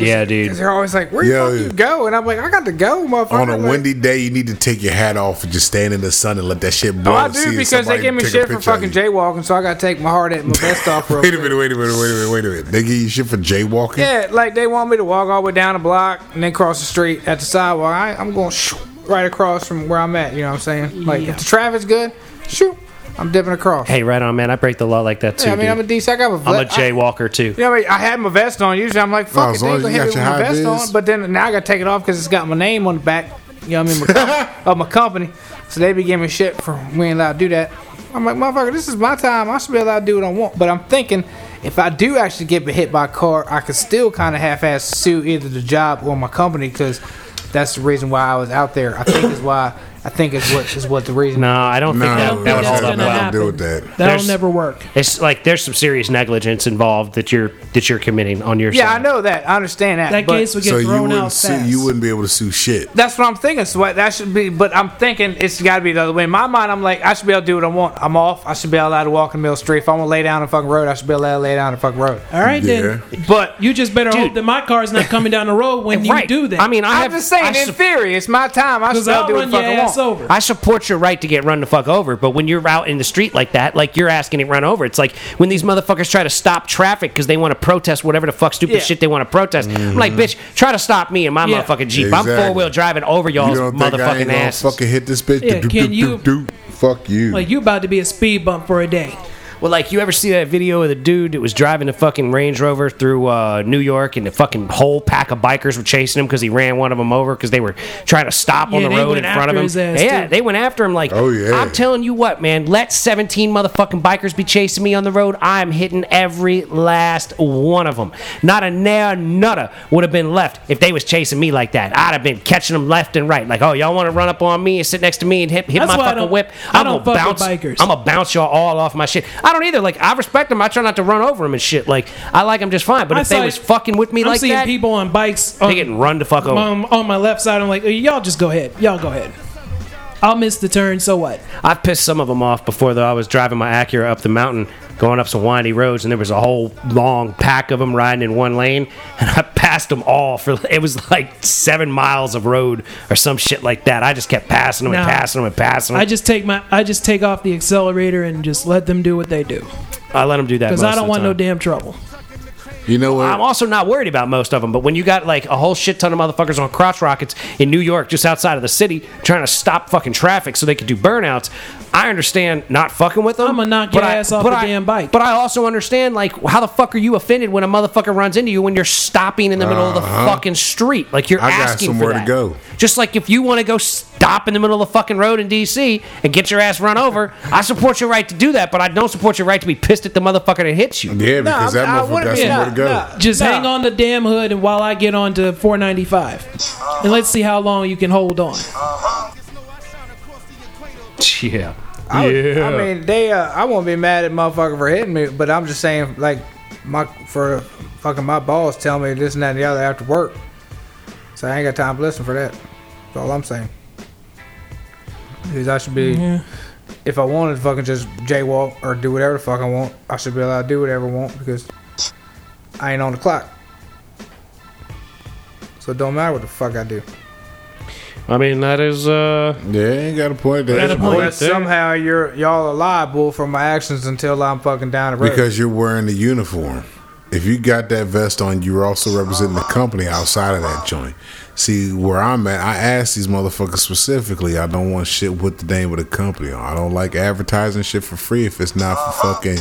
Speaker 1: yeah, dude.
Speaker 4: Cause they're always like, "Where
Speaker 3: Yeah,
Speaker 4: the fuck
Speaker 3: yeah.
Speaker 4: you go?" And I'm like, "I got to go, motherfucker."
Speaker 3: On a
Speaker 4: Like,
Speaker 3: windy day, you need to take your hat off and just stand in the sun and let that shit blow.
Speaker 4: Oh, I
Speaker 3: to see
Speaker 4: do
Speaker 3: if
Speaker 4: because they
Speaker 3: somebody
Speaker 4: give me
Speaker 3: take a
Speaker 4: shit for
Speaker 3: picture of
Speaker 4: fucking
Speaker 3: you.
Speaker 4: jaywalking, so I gotta take my heart and my vest off real
Speaker 3: Wait a
Speaker 4: quick.
Speaker 3: minute, wait a minute, wait a minute, wait a minute. They give you shit for jaywalking?
Speaker 4: Yeah, like they want me to walk all the way down the block and then cross the street at the sidewalk. I, I'm going shoo, right across from where I'm at. You know what I'm saying? Like
Speaker 2: Yeah.
Speaker 4: if the traffic's good, shoot, I'm dipping across.
Speaker 1: Hey, right on, man. I break the law like that too.
Speaker 4: yeah, I mean,
Speaker 1: dude.
Speaker 4: I'm a decent. I got a vest.
Speaker 1: I'm a jaywalker too.
Speaker 4: You know, what I, mean? I had my vest on. Usually, I'm like,
Speaker 3: Well, Oh,
Speaker 4: fuck
Speaker 3: as
Speaker 4: it, they
Speaker 3: long
Speaker 4: ain't
Speaker 3: as you
Speaker 4: gonna hit me with
Speaker 3: got
Speaker 4: my
Speaker 3: your high
Speaker 4: vest
Speaker 3: vis.
Speaker 4: on. But then now I gotta take it off because it's got my name on the back. You know what I mean? My, com- of my company. So they be giving me shit for we ain't allowed to do that. I'm like, motherfucker, this is my time. I should be allowed to do what I want. But I'm thinking, if I do actually get hit by a car, I could still kind of half-ass sue either the job or my company because that's the reason why I was out there. I think is why. I think is what is what the reason.
Speaker 1: No, I don't
Speaker 3: No,
Speaker 1: think
Speaker 3: that,
Speaker 1: that, that was
Speaker 2: that's
Speaker 1: all that
Speaker 2: gonna
Speaker 1: well.
Speaker 2: happen.
Speaker 3: to do with that.
Speaker 2: that'll
Speaker 1: there's-
Speaker 2: never work.
Speaker 1: It's like there's some serious negligence involved that you're that you're committing on your
Speaker 4: Yeah,
Speaker 1: side.
Speaker 4: I know that. I understand that.
Speaker 2: That
Speaker 4: but-
Speaker 2: case would get
Speaker 3: So you
Speaker 2: thrown out
Speaker 3: wouldn't sue,
Speaker 2: fast.
Speaker 3: you wouldn't be able to sue shit.
Speaker 4: That's what I'm thinking. So what- that should be, but I'm thinking it's got to be the other way. In my mind, I'm like, I should be able to do what I want. I'm off. I should be allowed to walk in the middle of the street. If I want to lay down on the fucking road, I should be allowed to lay down on the fucking road.
Speaker 2: All right
Speaker 3: Yeah.
Speaker 2: then.
Speaker 4: But
Speaker 2: You just better
Speaker 1: Dude.
Speaker 2: hope that my car's not coming down the road when you
Speaker 1: right.
Speaker 2: do that.
Speaker 1: I mean, I
Speaker 4: I'm
Speaker 1: have
Speaker 4: just saying,
Speaker 1: I,
Speaker 4: in
Speaker 1: su-
Speaker 4: theory, it's my time. I should
Speaker 2: because
Speaker 4: be able
Speaker 2: I'll
Speaker 4: to do what
Speaker 2: run
Speaker 4: the
Speaker 2: your
Speaker 4: fuck I want.
Speaker 2: ass over.
Speaker 1: I support your right to get run the fuck over, but when you're out in the street like that, like you're asking to get run over, it's like when these motherfuckers try to stop traffic because they want to protest whatever the fuck stupid
Speaker 4: Yeah.
Speaker 1: shit they want to protest. I'm like, bitch, try to stop me and my
Speaker 2: Yeah.
Speaker 1: motherfucking jeep. I'm
Speaker 3: Mm-hmm. Exactly.
Speaker 1: four wheel driving over
Speaker 3: You
Speaker 1: y'all's
Speaker 3: don't think I ain't
Speaker 1: motherfucking
Speaker 3: gonna
Speaker 1: ass.
Speaker 3: fucking hit this bitch?
Speaker 2: Yeah,
Speaker 3: Do, do,
Speaker 2: can
Speaker 3: do,
Speaker 2: you-
Speaker 3: do, do. Fuck you.
Speaker 2: like you about to be a speed bump for a day.
Speaker 1: Well, like you ever see that video of the dude that was driving the fucking Range Rover through uh, New York, and the fucking whole pack of bikers were chasing him because he ran one of them over because they were trying to stop on
Speaker 2: Yeah,
Speaker 1: the
Speaker 2: they
Speaker 1: road in
Speaker 2: went
Speaker 1: front
Speaker 2: after
Speaker 1: of him.
Speaker 2: his ass,
Speaker 1: yeah,
Speaker 2: too.
Speaker 1: they went after him like,
Speaker 3: Oh, yeah.
Speaker 1: I'm telling you what, man, let 17 motherfucking bikers be chasing me on the road. I'm hitting every last one of them. Not a nair nutter would have been left if they was chasing me like that. I'd have been catching them left and right. Like, oh, y'all want to run up on me and sit next to me and hit, hit
Speaker 2: That's
Speaker 1: my
Speaker 2: why I
Speaker 1: fucking
Speaker 2: don't-
Speaker 1: whip?
Speaker 2: I
Speaker 1: I'm
Speaker 2: don't
Speaker 1: gonna
Speaker 2: fuck with
Speaker 1: bounce.
Speaker 2: bikers.
Speaker 1: I'm a bounce y'all all off my shit. I don't either. Like I respect them. I try not to run over them and shit. Like I like them just fine. But
Speaker 2: I
Speaker 1: if they
Speaker 2: saw
Speaker 1: was
Speaker 2: it-
Speaker 1: fucking with me
Speaker 2: I'm
Speaker 1: like
Speaker 2: seeing
Speaker 1: that,
Speaker 2: people on bikes on,
Speaker 1: they getting run to fuck over.
Speaker 2: on, on my left side. I'm like, y'all just go ahead. Y'all go ahead. I'll miss the turn. So what?
Speaker 1: I've pissed some of them off before. Though I was driving my Acura up the mountain, going up some windy roads, and there was a whole long pack of them riding in one lane, and I passed them all for. It was like seven miles of road or some shit like that. I just kept passing them and
Speaker 2: Nah.
Speaker 1: passing them and passing them.
Speaker 2: I just take my I just take off the accelerator and just let them do what they do
Speaker 1: I let them do that
Speaker 2: because
Speaker 1: because
Speaker 2: I don't want no damn trouble.
Speaker 3: you know what?
Speaker 1: I'm also not worried about most of them, but when you got like a whole shit ton of motherfuckers on crotch rockets in New York, just outside of the city, trying to stop fucking traffic so they could do burnouts, I understand not fucking with them.
Speaker 2: I'ma knock
Speaker 1: but
Speaker 2: your
Speaker 1: I-
Speaker 2: ass off
Speaker 1: but
Speaker 2: the
Speaker 1: I-
Speaker 2: damn bike.
Speaker 1: But I also understand like how the fuck are you offended when a motherfucker runs into you when you're stopping in the middle of the
Speaker 3: Uh-huh.
Speaker 1: fucking street? Like you're
Speaker 3: I got
Speaker 1: asking
Speaker 3: somewhere
Speaker 1: for
Speaker 3: to
Speaker 1: that.
Speaker 3: go.
Speaker 1: Just like if you want to go stop in the middle of the fucking road in D.C. and get your ass run over, I support your right to do that, but I don't support your right to be pissed at the motherfucker that hits you.
Speaker 3: yeah, because
Speaker 4: I'm-
Speaker 3: that
Speaker 4: I
Speaker 3: motherfucker
Speaker 4: wouldn't
Speaker 3: got
Speaker 4: be-
Speaker 3: somewhere
Speaker 4: nah,
Speaker 3: to go.
Speaker 4: nah.
Speaker 2: Just
Speaker 4: No.
Speaker 2: hang on the damn hood and while I get on to 495, and let's see how long you can hold on.
Speaker 1: Yeah.
Speaker 4: I, would- I mean, they. Uh, I won't be mad at motherfucker for hitting me, but I'm just saying, like, my for fucking my boss telling me this and that and the other after work. So I ain't got time to listen for that. That's all I'm saying. Because I should be, if I wanted to fucking just jaywalk or do whatever the fuck I want, I should be allowed to do whatever I want because I ain't on the clock. So it don't matter what the fuck I do.
Speaker 1: I mean, that is uh
Speaker 3: Yeah, ain't got a point there.
Speaker 2: Got a point.
Speaker 4: Unless somehow you're y'all are liable for my actions until I'm fucking down the road.
Speaker 3: Because you're wearing the uniform. If you got that vest on, you're also representing the company outside of that joint. See, where I'm at, I asked these motherfuckers specifically. I don't want shit with the name of the company on. I don't like advertising shit for free if it's not for fucking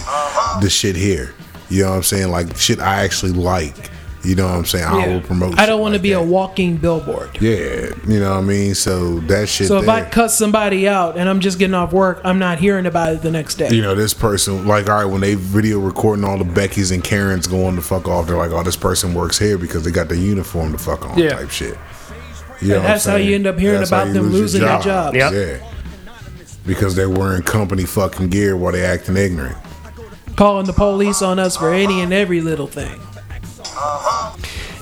Speaker 3: the shit here. You know what I'm saying? Like shit I actually like. You know what I'm saying? I will promote.
Speaker 2: I don't want
Speaker 3: want
Speaker 2: to be a walking billboard.
Speaker 3: yeah. You know what I mean? So that shit.
Speaker 2: So if I
Speaker 3: there-
Speaker 2: cuss somebody out and I'm just getting off work, I'm not hearing about it the next day.
Speaker 3: you know, this person, like, all right, when they video recording all the Beckys and Karens going to fuck off, they're like, oh, this person works here because they got their uniform to fuck on
Speaker 4: Yeah.
Speaker 3: type shit. You know what I'm
Speaker 2: that's how you
Speaker 3: saying?
Speaker 2: end up hearing
Speaker 3: That's how
Speaker 2: about
Speaker 3: you
Speaker 2: them
Speaker 3: lose
Speaker 2: losing
Speaker 3: your
Speaker 2: their jobs.
Speaker 1: Yep.
Speaker 3: Yeah. Because they're wearing company fucking gear while they acting ignorant.
Speaker 2: calling the police on us for any and every little thing.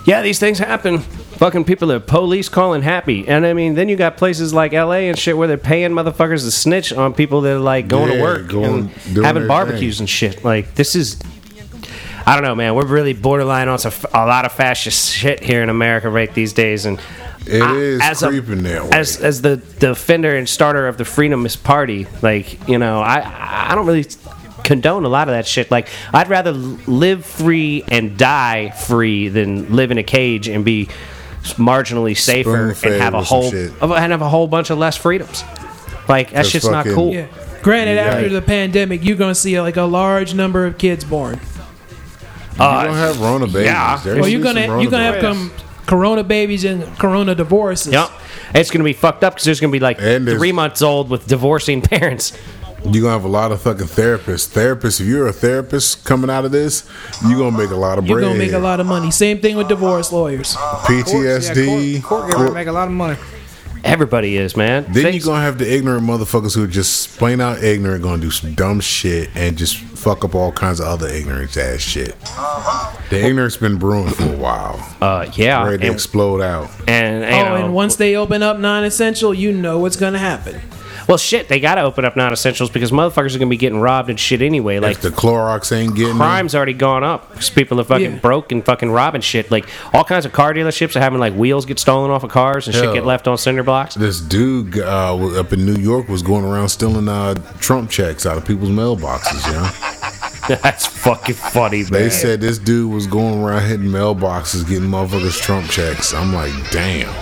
Speaker 1: Yeah, these things happen. Fucking people are police calling happy. And I mean, then you got places like LA and shit where they're paying motherfuckers to snitch on people that are like going
Speaker 3: Yeah,
Speaker 1: to work
Speaker 3: going-
Speaker 1: and
Speaker 3: doing
Speaker 1: having
Speaker 3: their
Speaker 1: barbecues and shit. Like, this is. I don't know, man. We're really borderline on some, a lot of fascist shit here in America right these days. And
Speaker 3: It
Speaker 1: it is
Speaker 3: is creeping that way.
Speaker 1: As, as the, the fender and starter of the Freedomist Party, like, you know, I, I don't really condone a lot of that shit. Like, I'd rather live free and die free than live in a cage and be marginally safer and
Speaker 3: Spoon-fed
Speaker 1: have a
Speaker 3: with some
Speaker 1: whole
Speaker 3: shit.
Speaker 1: and have a whole bunch of less freedoms. Like that
Speaker 3: That's
Speaker 1: shit's not
Speaker 3: fucking-
Speaker 1: cool.
Speaker 2: Yeah. Granted, after
Speaker 1: Right.
Speaker 2: the pandemic, you're gonna see like a large number of kids born.
Speaker 1: Uh,
Speaker 3: you don't have Rona babies.
Speaker 1: yeah.
Speaker 3: There's
Speaker 2: Well, you're
Speaker 3: some
Speaker 2: gonna
Speaker 3: Rona
Speaker 2: you're gonna have
Speaker 3: babies.
Speaker 2: come corona babies and corona divorces.
Speaker 1: Yep. It's gonna be fucked up because there's gonna be like
Speaker 3: And there's-
Speaker 1: three months old with divorcing parents.
Speaker 3: You're gonna have a lot of fucking therapists. Therapists, if you're a therapist coming out of this, you're gonna make a lot of
Speaker 2: You're
Speaker 3: bread.
Speaker 2: gonna make a lot of money. Same thing with divorce lawyers.
Speaker 3: PTSD.
Speaker 4: Yeah, court, court
Speaker 3: court-
Speaker 4: gonna make a lot of money.
Speaker 1: Everybody is, man.
Speaker 3: then
Speaker 1: Things-
Speaker 3: you're gonna have the ignorant motherfuckers who are just plain out ignorant, gonna do some dumb shit and just fuck up all kinds of other ignorance ass shit.
Speaker 2: Uh-huh.
Speaker 3: The ignorance been brewing for a while,
Speaker 1: uh, yeah.
Speaker 3: ready to
Speaker 1: and-
Speaker 3: explode out.
Speaker 1: And, you
Speaker 2: Oh,
Speaker 1: know,
Speaker 2: and once they open up non-essential, you know what's gonna happen.
Speaker 1: well, shit, they gotta open up non-essentials because motherfuckers are gonna be getting robbed and shit anyway. Like
Speaker 3: If the Clorox ain't getting them,
Speaker 1: crime's already gone up because people are fucking
Speaker 2: Yeah.
Speaker 1: broke and fucking robbing shit. Like all kinds of car dealerships are having like wheels get stolen off of cars and shit
Speaker 3: Hell.
Speaker 1: get left on cinder blocks.
Speaker 3: this dude uh, was up in New York was going around stealing uh, Trump checks out of people's mailboxes. You know,
Speaker 1: That's fucking funny, man.
Speaker 3: they said this dude was going around hitting mailboxes, getting motherfuckers Trump checks. I'm like, damn.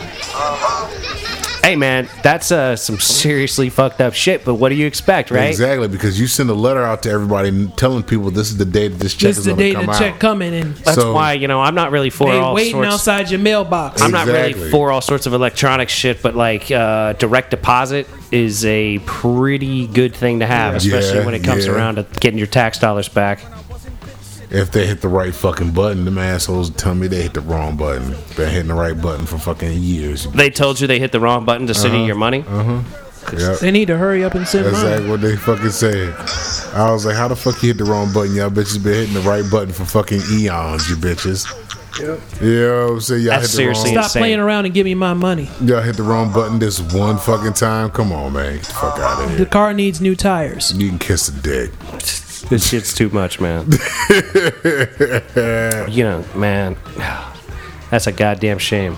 Speaker 1: hey, man, that's uh, some seriously fucked up shit. But what do you expect, right?
Speaker 3: Exactly, because you send a letter out to everybody and telling people this is the day that this check is
Speaker 2: This is the
Speaker 3: going
Speaker 2: day
Speaker 3: to
Speaker 2: the
Speaker 3: come out.
Speaker 2: check coming and
Speaker 1: That's
Speaker 3: So-
Speaker 1: why you know I'm not really for
Speaker 2: they
Speaker 1: all
Speaker 2: waiting
Speaker 1: sorts.
Speaker 2: outside your mailbox.
Speaker 1: I'm not really
Speaker 3: Exactly.
Speaker 1: for all sorts of electronic shit, but like uh, direct deposit is a pretty good thing to have, especially
Speaker 3: Yeah,
Speaker 1: when it comes
Speaker 3: yeah.
Speaker 1: around to getting your tax dollars back.
Speaker 3: If they hit the right fucking button, them assholes tell me they hit the wrong button. Been hitting the right button for fucking years.
Speaker 1: They told you they hit the wrong button to
Speaker 3: Uh-huh.
Speaker 1: send you your money.
Speaker 3: Yep.
Speaker 2: they need to hurry up and send
Speaker 3: That's
Speaker 2: mine.
Speaker 3: like what they fucking said. I was like, how the fuck you hit the wrong button? Y'all bitches been hitting the right button for fucking eons, you bitches. Yep. You know what I'm saying? Y'all
Speaker 1: That's
Speaker 3: hit the
Speaker 1: seriously
Speaker 3: wrong,
Speaker 2: Stop
Speaker 1: insane.
Speaker 2: playing around and give me my money.
Speaker 3: Y'all hit the wrong button this one fucking time? Come on, man. Get the fuck out of
Speaker 2: The
Speaker 3: here.
Speaker 2: car needs new tires.
Speaker 3: You can kiss the dick.
Speaker 1: This shit's too much, man. you know, man, that's a goddamn shame.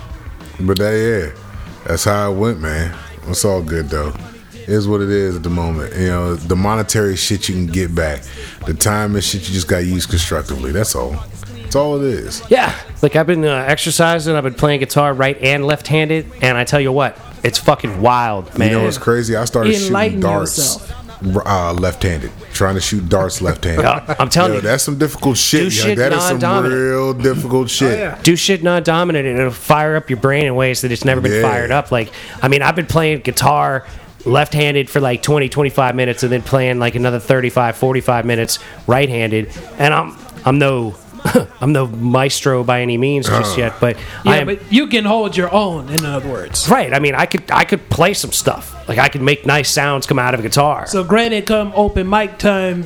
Speaker 3: But that yeah, that's how it went, man. It's all good though. It Is what it is at the moment. You know, the monetary shit you can get back, the time and shit you just got to use constructively. That's all. That's all it is.
Speaker 1: Yeah, like I've been uh, exercising, I've been playing guitar right and left-handed, and I tell you what, it's fucking wild, man.
Speaker 3: You know what's crazy? I started shooting
Speaker 2: Enlighten
Speaker 3: darts uh, left-handed, trying to shoot darts left-handed.
Speaker 1: Yeah, I'm telling
Speaker 3: Yo,
Speaker 1: you,
Speaker 3: that's some difficult shit.
Speaker 1: Do
Speaker 3: yo.
Speaker 1: shit
Speaker 3: That is some
Speaker 1: non-dominant.
Speaker 3: real difficult shit.
Speaker 4: yeah.
Speaker 1: do shit non-dominant and it'll fire up your brain in ways that it's never been
Speaker 3: Yeah.
Speaker 1: fired up like i mean i've been playing guitar left-handed for like 20 25 minutes and then playing like another 35 45 minutes right-handed and i'm i'm no i'm no maestro by any means just yet but
Speaker 2: Yeah,
Speaker 1: i am
Speaker 2: but you can hold your own. In other words.
Speaker 1: right i mean i could i could play some stuff like i could make nice sounds come out of a guitar
Speaker 2: So granted, come open mic time,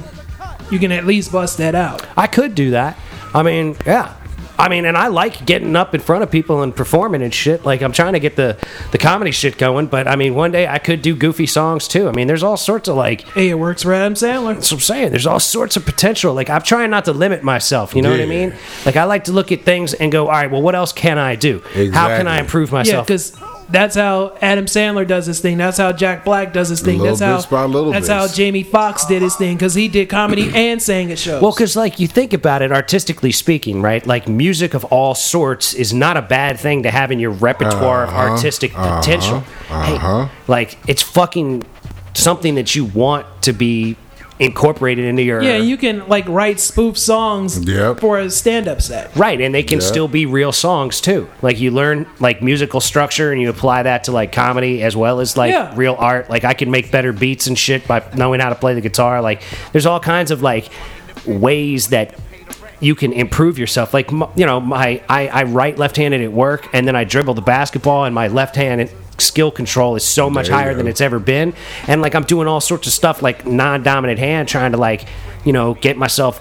Speaker 2: you can at least bust that out.
Speaker 1: I could do that. I mean, yeah. I mean, and I like getting up in front of people and performing and shit. Like I'm trying to get the the comedy shit going, but I mean, one day I could do goofy songs too. I mean, there's all sorts of like
Speaker 2: Hey, it works for Adam Sandler.
Speaker 1: that's what I'm saying. There's all sorts of potential. Like I'm trying not to limit myself. You know what I
Speaker 3: Yeah.
Speaker 1: mean? Like I like to look at things and go, all right, well, what else can I do? How can
Speaker 3: Exactly.
Speaker 1: I improve
Speaker 2: Yeah,
Speaker 1: myself?
Speaker 2: because that's how Adam Sandler does his thing. That's how Jack Black does his thing.
Speaker 3: Little
Speaker 2: That's how
Speaker 3: bits by little
Speaker 2: that's
Speaker 3: bits.
Speaker 2: how Jamie Foxx did his thing because he did comedy and sang at shows.
Speaker 1: Well, because like you think about it, artistically speaking, right? Like music of all sorts is not a bad thing to have in your repertoire of
Speaker 3: Uh-huh,
Speaker 1: artistic potential. Hey,
Speaker 3: uh-huh.
Speaker 1: like it's fucking something that you want to be incorporated into your
Speaker 2: yeah, you can like write spoof songs
Speaker 3: Yep.
Speaker 2: for a stand-up set.
Speaker 1: right, and they can
Speaker 3: Yeah.
Speaker 1: still be real songs too. Like you learn like musical structure and you apply that to like comedy as well as like
Speaker 2: Yeah.
Speaker 1: real art. Like I can make better beats and shit by knowing how to play the guitar. Like there's all kinds of like ways that you can improve yourself. Like m- you know, my I, I write left-handed at work, and then I dribble the basketball, and my left hand skill control is so much
Speaker 3: There you
Speaker 1: higher than
Speaker 3: go.
Speaker 1: it's ever been. And like I'm doing all sorts of stuff like non-dominant hand, trying to like you know get myself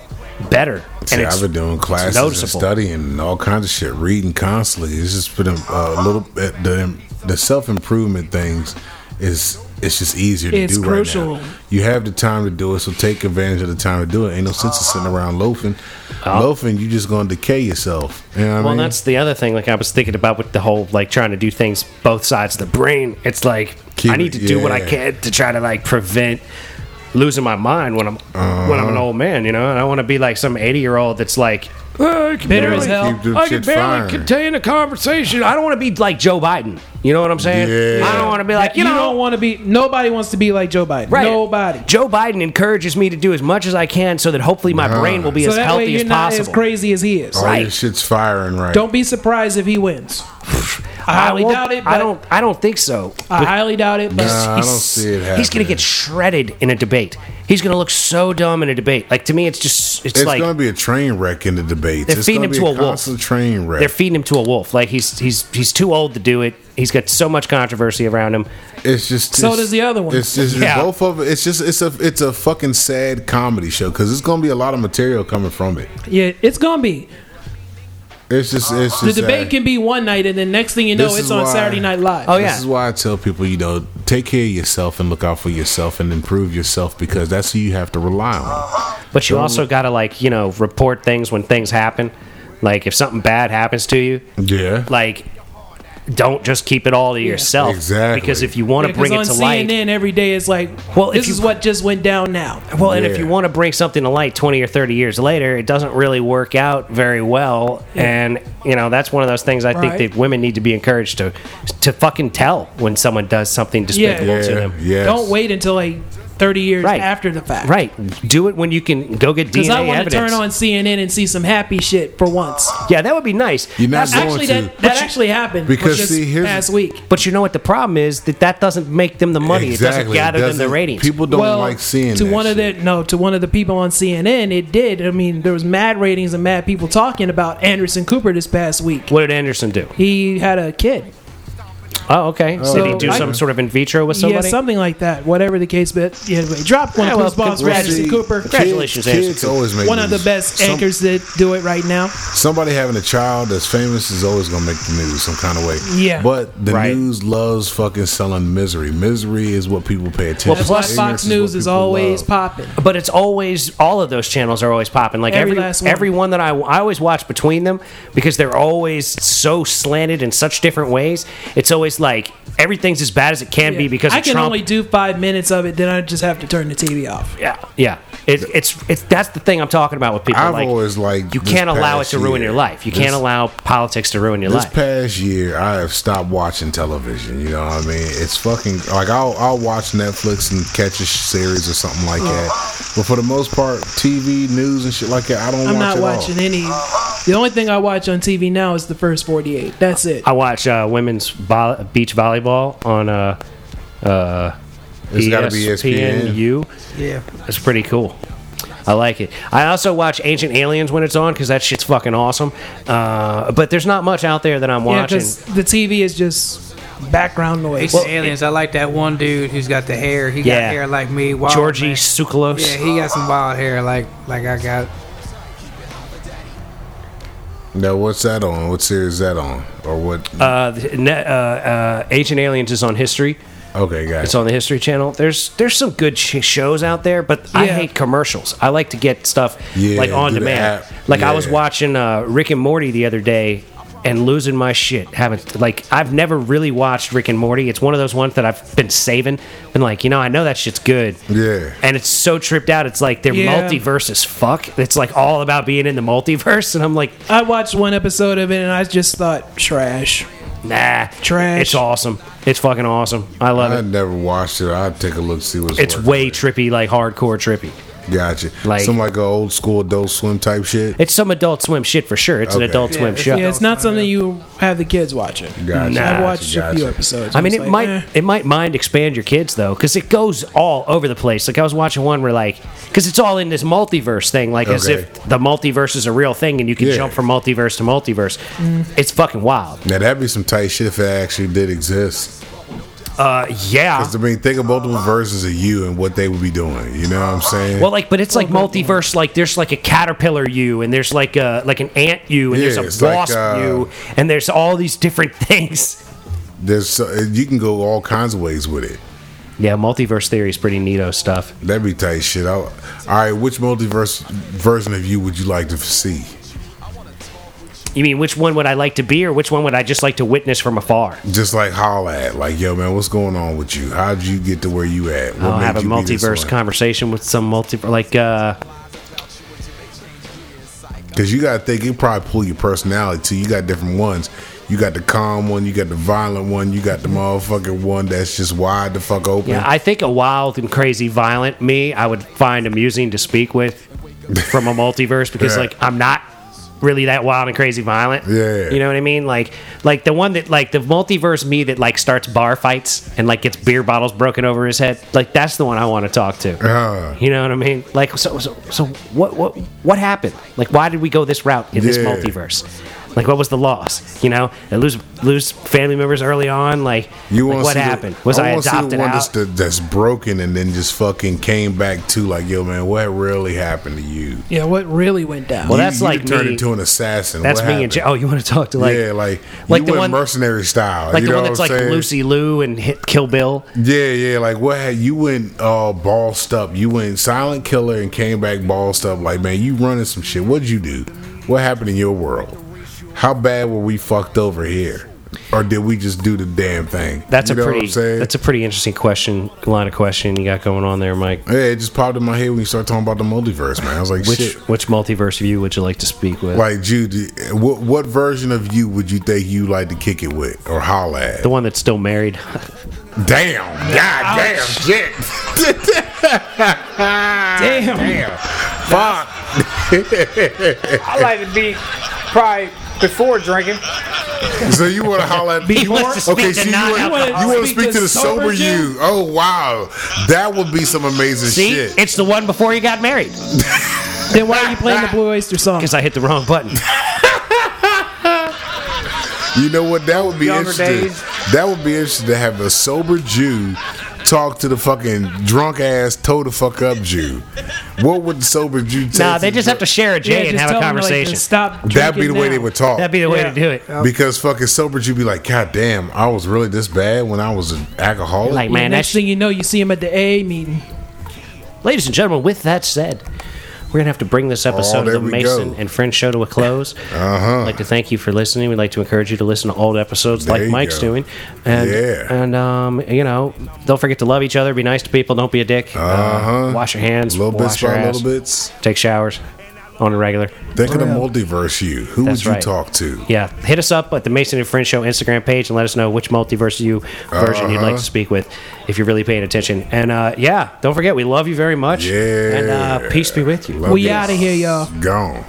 Speaker 1: better. And
Speaker 3: See, I've been doing classes and
Speaker 1: noticeable.
Speaker 3: studying and all kinds of shit, reading constantly. It's just been a, a little bit the the self improvement things is it's just easier to
Speaker 2: It's
Speaker 3: do
Speaker 2: crucial.
Speaker 3: right now. You have the time to do it, so take advantage of the time to do it. Ain't no sense in sitting around loafing. Loafing, you just gonna decay yourself. You know what
Speaker 1: Uh, Well,
Speaker 3: I mean?
Speaker 1: that's the other thing. Like I was thinking about with the whole like trying to do things both sides of the brain. It's like
Speaker 3: Keep
Speaker 1: I need to
Speaker 3: it-
Speaker 1: do what I
Speaker 3: yeah.
Speaker 1: can to try to like prevent losing my mind when I'm when
Speaker 2: Uh-huh.
Speaker 1: I'm an old man. You know, and I want to be like some eighty year old that's like. "Oh, I can
Speaker 2: Bitter
Speaker 1: barely,
Speaker 2: as hell.
Speaker 3: Keep them
Speaker 1: I can
Speaker 3: shit
Speaker 1: barely
Speaker 3: firing.
Speaker 1: contain a conversation. I don't want to be like Joe Biden. You know what I'm saying?
Speaker 3: Yeah.
Speaker 1: I don't want to be like you, know.
Speaker 2: don't want to be. Nobody wants to be like Joe Biden.
Speaker 1: Right.
Speaker 2: Nobody.
Speaker 1: Joe Biden encourages me to do as much as I can so that hopefully my brain will be
Speaker 2: So
Speaker 1: as
Speaker 2: that way
Speaker 1: healthy
Speaker 2: you're
Speaker 1: as
Speaker 2: not
Speaker 1: possible.
Speaker 2: as crazy as he is.
Speaker 3: all
Speaker 1: right.
Speaker 3: your shit's firing right.
Speaker 2: Don't be surprised if he wins. I highly
Speaker 1: won't-
Speaker 2: doubt it. But
Speaker 1: I don't. I don't think so.
Speaker 2: I highly doubt it. But
Speaker 3: Nah, I don't
Speaker 1: He's-
Speaker 3: see it
Speaker 1: He's going
Speaker 3: happening.
Speaker 1: to get shredded in a debate. He's going to look so dumb in a debate. Like to me, it's just it's,
Speaker 3: It's
Speaker 1: like
Speaker 3: gonna be a train wreck in the debates.
Speaker 1: They're
Speaker 3: it's
Speaker 1: feeding
Speaker 3: gonna
Speaker 1: him
Speaker 3: be
Speaker 1: to a
Speaker 3: a
Speaker 1: wolf.
Speaker 3: constant train wreck.
Speaker 1: they're feeding him to a wolf. Like he's he's he's too old to do it. He's got so much controversy around him.
Speaker 3: It's just
Speaker 2: So
Speaker 3: it's-
Speaker 2: does the other one.
Speaker 3: It's just it's
Speaker 1: Yeah.
Speaker 3: both of it. It's just it's a it's a fucking sad comedy show because it's gonna be a lot of material coming from it.
Speaker 2: yeah, it's gonna be.
Speaker 3: It's just it's just
Speaker 2: The debate
Speaker 3: sad.
Speaker 2: can be one night, and then next thing you know,
Speaker 3: This
Speaker 2: it's
Speaker 3: is
Speaker 2: on
Speaker 3: why-
Speaker 2: Saturday Night Live.
Speaker 1: Oh,
Speaker 3: this
Speaker 1: yeah.
Speaker 3: is why I tell people, you know, take care of yourself and look out for yourself and improve yourself because that's who you have to rely on.
Speaker 1: But you also got to like you know report things when things happen. Like if something bad happens to you,
Speaker 3: Yeah.
Speaker 1: like don't just keep it all to yourself.
Speaker 3: Exactly.
Speaker 1: Because if you want to
Speaker 2: Yeah, 'cause
Speaker 1: bring it
Speaker 2: on
Speaker 1: to light,
Speaker 2: CNN every day is like,
Speaker 1: Well,
Speaker 2: well,
Speaker 1: if
Speaker 2: this
Speaker 1: you-
Speaker 2: is what just went down now.
Speaker 1: Well, and if
Speaker 3: Yeah.
Speaker 1: you want to bring something to light 20 or 30 years later, it doesn't really work out very well. And, you know, that's one of those things I
Speaker 2: Right.
Speaker 1: think that women need to be encouraged to to fucking tell when someone does something despicable
Speaker 2: Yeah.
Speaker 1: to them.
Speaker 3: yes.
Speaker 2: Don't wait until like 30 years
Speaker 1: Right.
Speaker 2: after the fact.
Speaker 1: Right. Do it when you can go get
Speaker 2: Because
Speaker 1: DNA
Speaker 2: I want to
Speaker 1: evidence.
Speaker 2: turn on CNN and see some happy shit for once.
Speaker 1: Yeah, that would be nice.
Speaker 3: You're not
Speaker 1: That's-
Speaker 3: going
Speaker 2: Actually,
Speaker 3: to.
Speaker 2: that, that actually happened
Speaker 3: Because,
Speaker 2: just
Speaker 3: see, here's-
Speaker 2: past week.
Speaker 1: but you know what the problem is that that doesn't make them the money. It doesn't
Speaker 3: Exactly.
Speaker 1: gather them the
Speaker 3: Doesn't-
Speaker 1: ratings.
Speaker 3: People don't
Speaker 2: well,
Speaker 3: like seeing
Speaker 2: to
Speaker 3: that
Speaker 2: one of
Speaker 3: shit.
Speaker 2: the no to one of the people on CNN. It did. I mean, there was mad ratings and mad people talking about Anderson Cooper this past week.
Speaker 1: what did Anderson do?
Speaker 2: He had a kid,
Speaker 1: Oh, okay. So did he
Speaker 2: So
Speaker 1: do
Speaker 2: I-
Speaker 1: some sort of in vitro with somebody?
Speaker 2: yeah, something like that. Whatever the case, but yeah, anyway, dropped one
Speaker 1: Yeah,
Speaker 2: of
Speaker 1: well,
Speaker 2: those balls for
Speaker 1: congrats.
Speaker 2: Anderson
Speaker 3: See,
Speaker 2: Cooper.
Speaker 3: kids-
Speaker 1: Congratulations,
Speaker 3: kids,
Speaker 1: Anderson Cooper.
Speaker 3: always make
Speaker 2: One of the
Speaker 3: news.
Speaker 2: best
Speaker 3: Some-
Speaker 2: anchors that do it right now.
Speaker 3: somebody having a child that's famous is always gonna make the news some kind of way.
Speaker 2: Yeah.
Speaker 3: But the
Speaker 1: Right.
Speaker 3: news loves fucking selling misery. Misery is what people pay attention.
Speaker 2: That's
Speaker 3: to.
Speaker 2: why
Speaker 1: Plus,
Speaker 3: Ignorance
Speaker 2: Fox News
Speaker 3: what
Speaker 2: is
Speaker 3: people
Speaker 2: always
Speaker 3: love.
Speaker 2: popping.
Speaker 1: But it's always all of those channels are always popping. Like
Speaker 2: Every
Speaker 1: every
Speaker 2: last one.
Speaker 1: every one that I, I always watch between them because they're always so slanted in such different ways. It's always like everything's as bad as it can be because
Speaker 2: I
Speaker 1: of
Speaker 2: can
Speaker 1: Trump.
Speaker 2: only do five minutes of it, then I just have to turn the TV off.
Speaker 1: yeah, yeah. It, it's it's that's the thing I'm talking about with people.
Speaker 3: I've
Speaker 1: like,
Speaker 3: always liked
Speaker 1: you
Speaker 3: this
Speaker 1: can't allow it
Speaker 3: past
Speaker 1: to ruin
Speaker 3: year.
Speaker 1: your life. You
Speaker 3: This-
Speaker 1: can't allow politics to ruin your
Speaker 3: This
Speaker 1: life.
Speaker 3: past year, I have stopped watching television. You know what I mean? It's fucking like I'll I'll watch Netflix and catch a sh- series or something
Speaker 2: Oh.
Speaker 3: like that. But for the most part, TV news and shit like that, I don't.
Speaker 2: I'm
Speaker 3: watch
Speaker 2: not
Speaker 3: at
Speaker 2: watching
Speaker 3: all.
Speaker 2: any. The only thing I watch on TV now is the first 48. That's it.
Speaker 1: I watch uh, women's vo- beach volleyball on uh uh E
Speaker 3: It's gotta be E ESPN.
Speaker 1: ESPNU.
Speaker 4: Yeah.
Speaker 1: That's pretty cool. I like it. I also watch Ancient Aliens when it's on because that shit's fucking awesome. Uh, but there's not much out there that I'm
Speaker 2: Yeah,
Speaker 1: watching.
Speaker 2: because the TV is just background noise.
Speaker 4: Well, aliens. I like that one dude who's got the hair. He
Speaker 1: Yeah.
Speaker 4: got hair like me. Wild,
Speaker 1: Georgie
Speaker 4: man.
Speaker 1: Soukalos.
Speaker 4: Yeah, he got some wild hair like like I got.
Speaker 3: Now, what's that on? What series is that on? Or what?
Speaker 1: Uh, the- ne- uh, uh, Ancient Aliens is on History.
Speaker 3: okay, guys.
Speaker 1: It's on the History Channel. There's there's some good sh- shows out there, but I
Speaker 2: Yeah.
Speaker 1: hate commercials. I like to get stuff
Speaker 3: Yeah,
Speaker 1: like on
Speaker 3: do the
Speaker 1: demand.
Speaker 3: app.
Speaker 1: Like I was
Speaker 3: Yeah.
Speaker 1: watching uh, Rick and Morty the other day and losing my shit. Haven't like I've never really watched Rick and Morty. It's one of those ones that I've been saving. Been like, you know, I know that shit's good.
Speaker 3: Yeah.
Speaker 1: And it's so tripped out. It's like they're
Speaker 2: Yeah.
Speaker 1: multiverse as fuck. It's like all about being in the multiverse. And I'm like,
Speaker 2: I watched one episode of it and I just thought, trash.
Speaker 1: nah,
Speaker 2: Trash.
Speaker 1: It's awesome. It's fucking awesome. I love
Speaker 3: I
Speaker 1: it.
Speaker 3: never watched it. I'll take a look see what's.
Speaker 1: It's
Speaker 3: working.
Speaker 1: way trippy, like hardcore trippy.
Speaker 3: Gotcha.
Speaker 1: like-
Speaker 3: Some like an old school adult swim type shit.
Speaker 1: It's some Adult Swim shit for sure. It's an
Speaker 3: Okay.
Speaker 1: Adult
Speaker 3: Yeah,
Speaker 1: Swim
Speaker 4: it's-
Speaker 1: show.
Speaker 2: Yeah, it's not something you have the kids watching.
Speaker 3: Gotcha.
Speaker 2: I
Speaker 1: Nah.
Speaker 2: watched a few episodes.
Speaker 1: I mean,
Speaker 2: was
Speaker 1: it
Speaker 2: like,
Speaker 1: might
Speaker 2: eh.
Speaker 1: it might mind expand your kids though, because it goes all over the place. Like I was watching one where like, because it's all in this multiverse thing, like as
Speaker 3: Okay.
Speaker 1: if the multiverse is a real thing and you can
Speaker 3: Yeah.
Speaker 1: jump from multiverse to multiverse. It's fucking wild.
Speaker 3: Now that'd be some tight shit if it actually did exist.
Speaker 1: Uh, yeah.
Speaker 3: I mean, think of multiple versions of you and what they would be doing. You know what I'm saying?
Speaker 1: Well, like, but it's like multiverse. Like, there's like a caterpillar you, and there's like a like an ant you, and
Speaker 3: Yeah,
Speaker 1: there's
Speaker 3: it's
Speaker 1: a
Speaker 3: like,
Speaker 1: wasp
Speaker 3: uh,
Speaker 1: you, and there's all these different things.
Speaker 3: There's uh, you can go all kinds of ways with it.
Speaker 1: Yeah, multiverse theory is pretty neato stuff.
Speaker 3: That'd be tight shit. I, all right, which multiverse version of you would you like to see?
Speaker 1: You mean which one would I like to be, or which one would I just like to witness from afar?
Speaker 3: Just like holla at, like yo man, what's going on with you? How'd you get to where you at? What
Speaker 1: I'll
Speaker 3: made
Speaker 1: have a
Speaker 3: you be this
Speaker 1: multiverse
Speaker 3: way?
Speaker 1: conversation with some multi like uh
Speaker 3: Because you got to think, you probably pull your personality too. You got different ones. You got the calm one, you got the violent one, you got the motherfucking one that's just wide the fuck open.
Speaker 1: yeah, I think a wild and crazy violent me I would find amusing to speak with from a multiverse because
Speaker 3: Yeah.
Speaker 1: like I'm not really that wild and crazy violent.
Speaker 3: Yeah.
Speaker 1: You know what I mean? Like like the one that like the multiverse me that like starts bar fights and like gets beer bottles broken over his head. Like that's the one I want to talk to.
Speaker 3: Uh,
Speaker 1: You know what I mean? Like, so, so, so what, what, what happened? Like, why did we go this route in this
Speaker 3: Yeah.
Speaker 1: multiverse? Like, what was the loss? You know, and lose, lose family members early on. Like,
Speaker 3: you
Speaker 1: like,
Speaker 3: want
Speaker 1: what happened? was I, adopted
Speaker 3: the one That's,
Speaker 1: out?
Speaker 3: the, that's broken and then just fucking came back to like, yo man, what really happened to you?
Speaker 2: Yeah, what really went down?
Speaker 1: Well,
Speaker 3: You-
Speaker 1: that's
Speaker 3: you
Speaker 1: like
Speaker 3: turned
Speaker 1: me.
Speaker 3: into an assassin.
Speaker 1: That's
Speaker 3: What
Speaker 1: me and
Speaker 3: happened?
Speaker 1: J- oh, you want to talk to like,
Speaker 3: yeah, like
Speaker 1: like
Speaker 3: you
Speaker 1: the
Speaker 3: went
Speaker 1: one-
Speaker 3: mercenary style.
Speaker 1: like
Speaker 3: you
Speaker 1: the
Speaker 3: know
Speaker 1: one that's like
Speaker 3: what I'm saying?
Speaker 1: Lucy Lou and hit Kill Bill.
Speaker 3: Yeah, yeah. Like what? Had, you went uh, ballsed up. You went silent killer and came back ballsed up. Like man, you running some shit. What'd you do? What happened in your world? How bad were we fucked over here, or did we just do the damn thing?
Speaker 1: That's
Speaker 3: You know
Speaker 1: a
Speaker 3: what
Speaker 1: pretty,
Speaker 3: I'm saying?
Speaker 1: that's a pretty interesting question line of question you got going on there, Mike.
Speaker 3: yeah, it just popped in my head when you started talking about the multiverse, man. I was like,
Speaker 1: Which,
Speaker 3: shit.
Speaker 1: which multiverse view would you like to speak with?
Speaker 3: Like, Jude, what, what version of you would you think you like to kick it with or holla at?
Speaker 1: The one that's still married.
Speaker 3: Damn. God damn. Shit.
Speaker 2: Damn.
Speaker 3: Fuck.
Speaker 4: I like to be probably before drinking.
Speaker 3: So you want to holler at
Speaker 1: He wants to
Speaker 3: Okay,
Speaker 1: speak to
Speaker 3: so you want
Speaker 1: non-alcoholic.
Speaker 3: you want to speak to the sober you? Oh wow, that would be some amazing
Speaker 1: See,
Speaker 3: shit.
Speaker 1: it's the one before you got married.
Speaker 2: Then why are you playing the Blue Oyster song?
Speaker 1: Because I hit the wrong button.
Speaker 3: You know what? That would be
Speaker 4: Younger
Speaker 3: interesting.
Speaker 4: days.
Speaker 3: That would be interesting to have a sober Jew talk to the fucking drunk ass toe the fuck up Jew. What would the sober Jew? tell
Speaker 1: nah,
Speaker 3: to
Speaker 1: they
Speaker 3: the
Speaker 1: just have to
Speaker 3: drunk-
Speaker 1: share a J
Speaker 2: Yeah,
Speaker 1: and
Speaker 2: just
Speaker 1: have a
Speaker 2: tell them, like, to
Speaker 1: conversation.
Speaker 2: stop.
Speaker 3: That'd be the
Speaker 2: drinking
Speaker 3: way
Speaker 2: now.
Speaker 3: they would talk.
Speaker 1: That'd be the way to do it.
Speaker 3: because fucking sober Jew be like, God damn, I was really this bad when I was an alcoholic.
Speaker 1: Like,
Speaker 2: Yeah,
Speaker 1: man,
Speaker 2: next
Speaker 1: that's.
Speaker 2: thing you know, you see him at the AA meeting.
Speaker 1: Ladies and gentlemen, with that said, we're going to have to bring this episode of
Speaker 3: Oh, there
Speaker 1: the
Speaker 3: we
Speaker 1: Mason
Speaker 3: go.
Speaker 1: and Friend Show to a close.
Speaker 3: Uh-huh.
Speaker 1: I'd like to thank you for listening. We'd like to encourage you to listen to old episodes
Speaker 3: There
Speaker 1: like
Speaker 3: you
Speaker 1: Mike's
Speaker 3: go.
Speaker 1: doing. And,
Speaker 3: Yeah.
Speaker 1: And, um, you know, don't forget to love each other. Be nice to people. Don't be a dick. Uh,
Speaker 3: Uh-huh.
Speaker 1: wash your hands.
Speaker 3: little bits
Speaker 1: wash your
Speaker 3: by
Speaker 1: ass,
Speaker 3: little bits.
Speaker 1: Take showers on a regular.
Speaker 3: Think of the multiverse you. Who
Speaker 1: That's
Speaker 3: would you
Speaker 1: right.
Speaker 3: talk to?
Speaker 1: Yeah, hit us up at the Mason and Friend Show Instagram page and let us know which multiverse you version you'd like
Speaker 3: Uh-huh.
Speaker 1: to speak with if you're really paying attention. And uh, yeah, don't forget, we love you very much.
Speaker 3: Yeah.
Speaker 1: And uh, peace be with you.
Speaker 3: Love
Speaker 2: We
Speaker 3: you.
Speaker 2: outta here, y'all.
Speaker 3: Gone.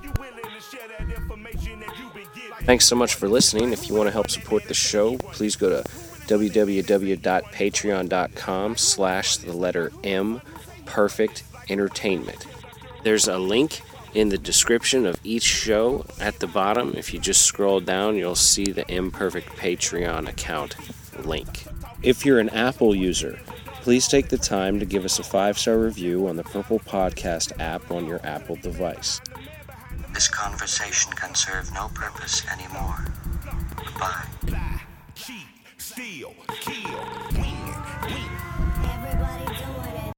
Speaker 5: You willing to share that information that you've been given?
Speaker 6: Thanks so much for listening. If you want to help support the show, please go to www.patreon.com slash the letter M Perfect Entertainment. There's a link in the description of each show at the bottom. If you just scroll down, you'll see the Imperfect Patreon account link. If you're an Apple user, please take the time to give us a five star review on the Purple Podcast app on your Apple device.
Speaker 7: This conversation can serve no purpose anymore. Goodbye.
Speaker 5: Cheat, steal, kill,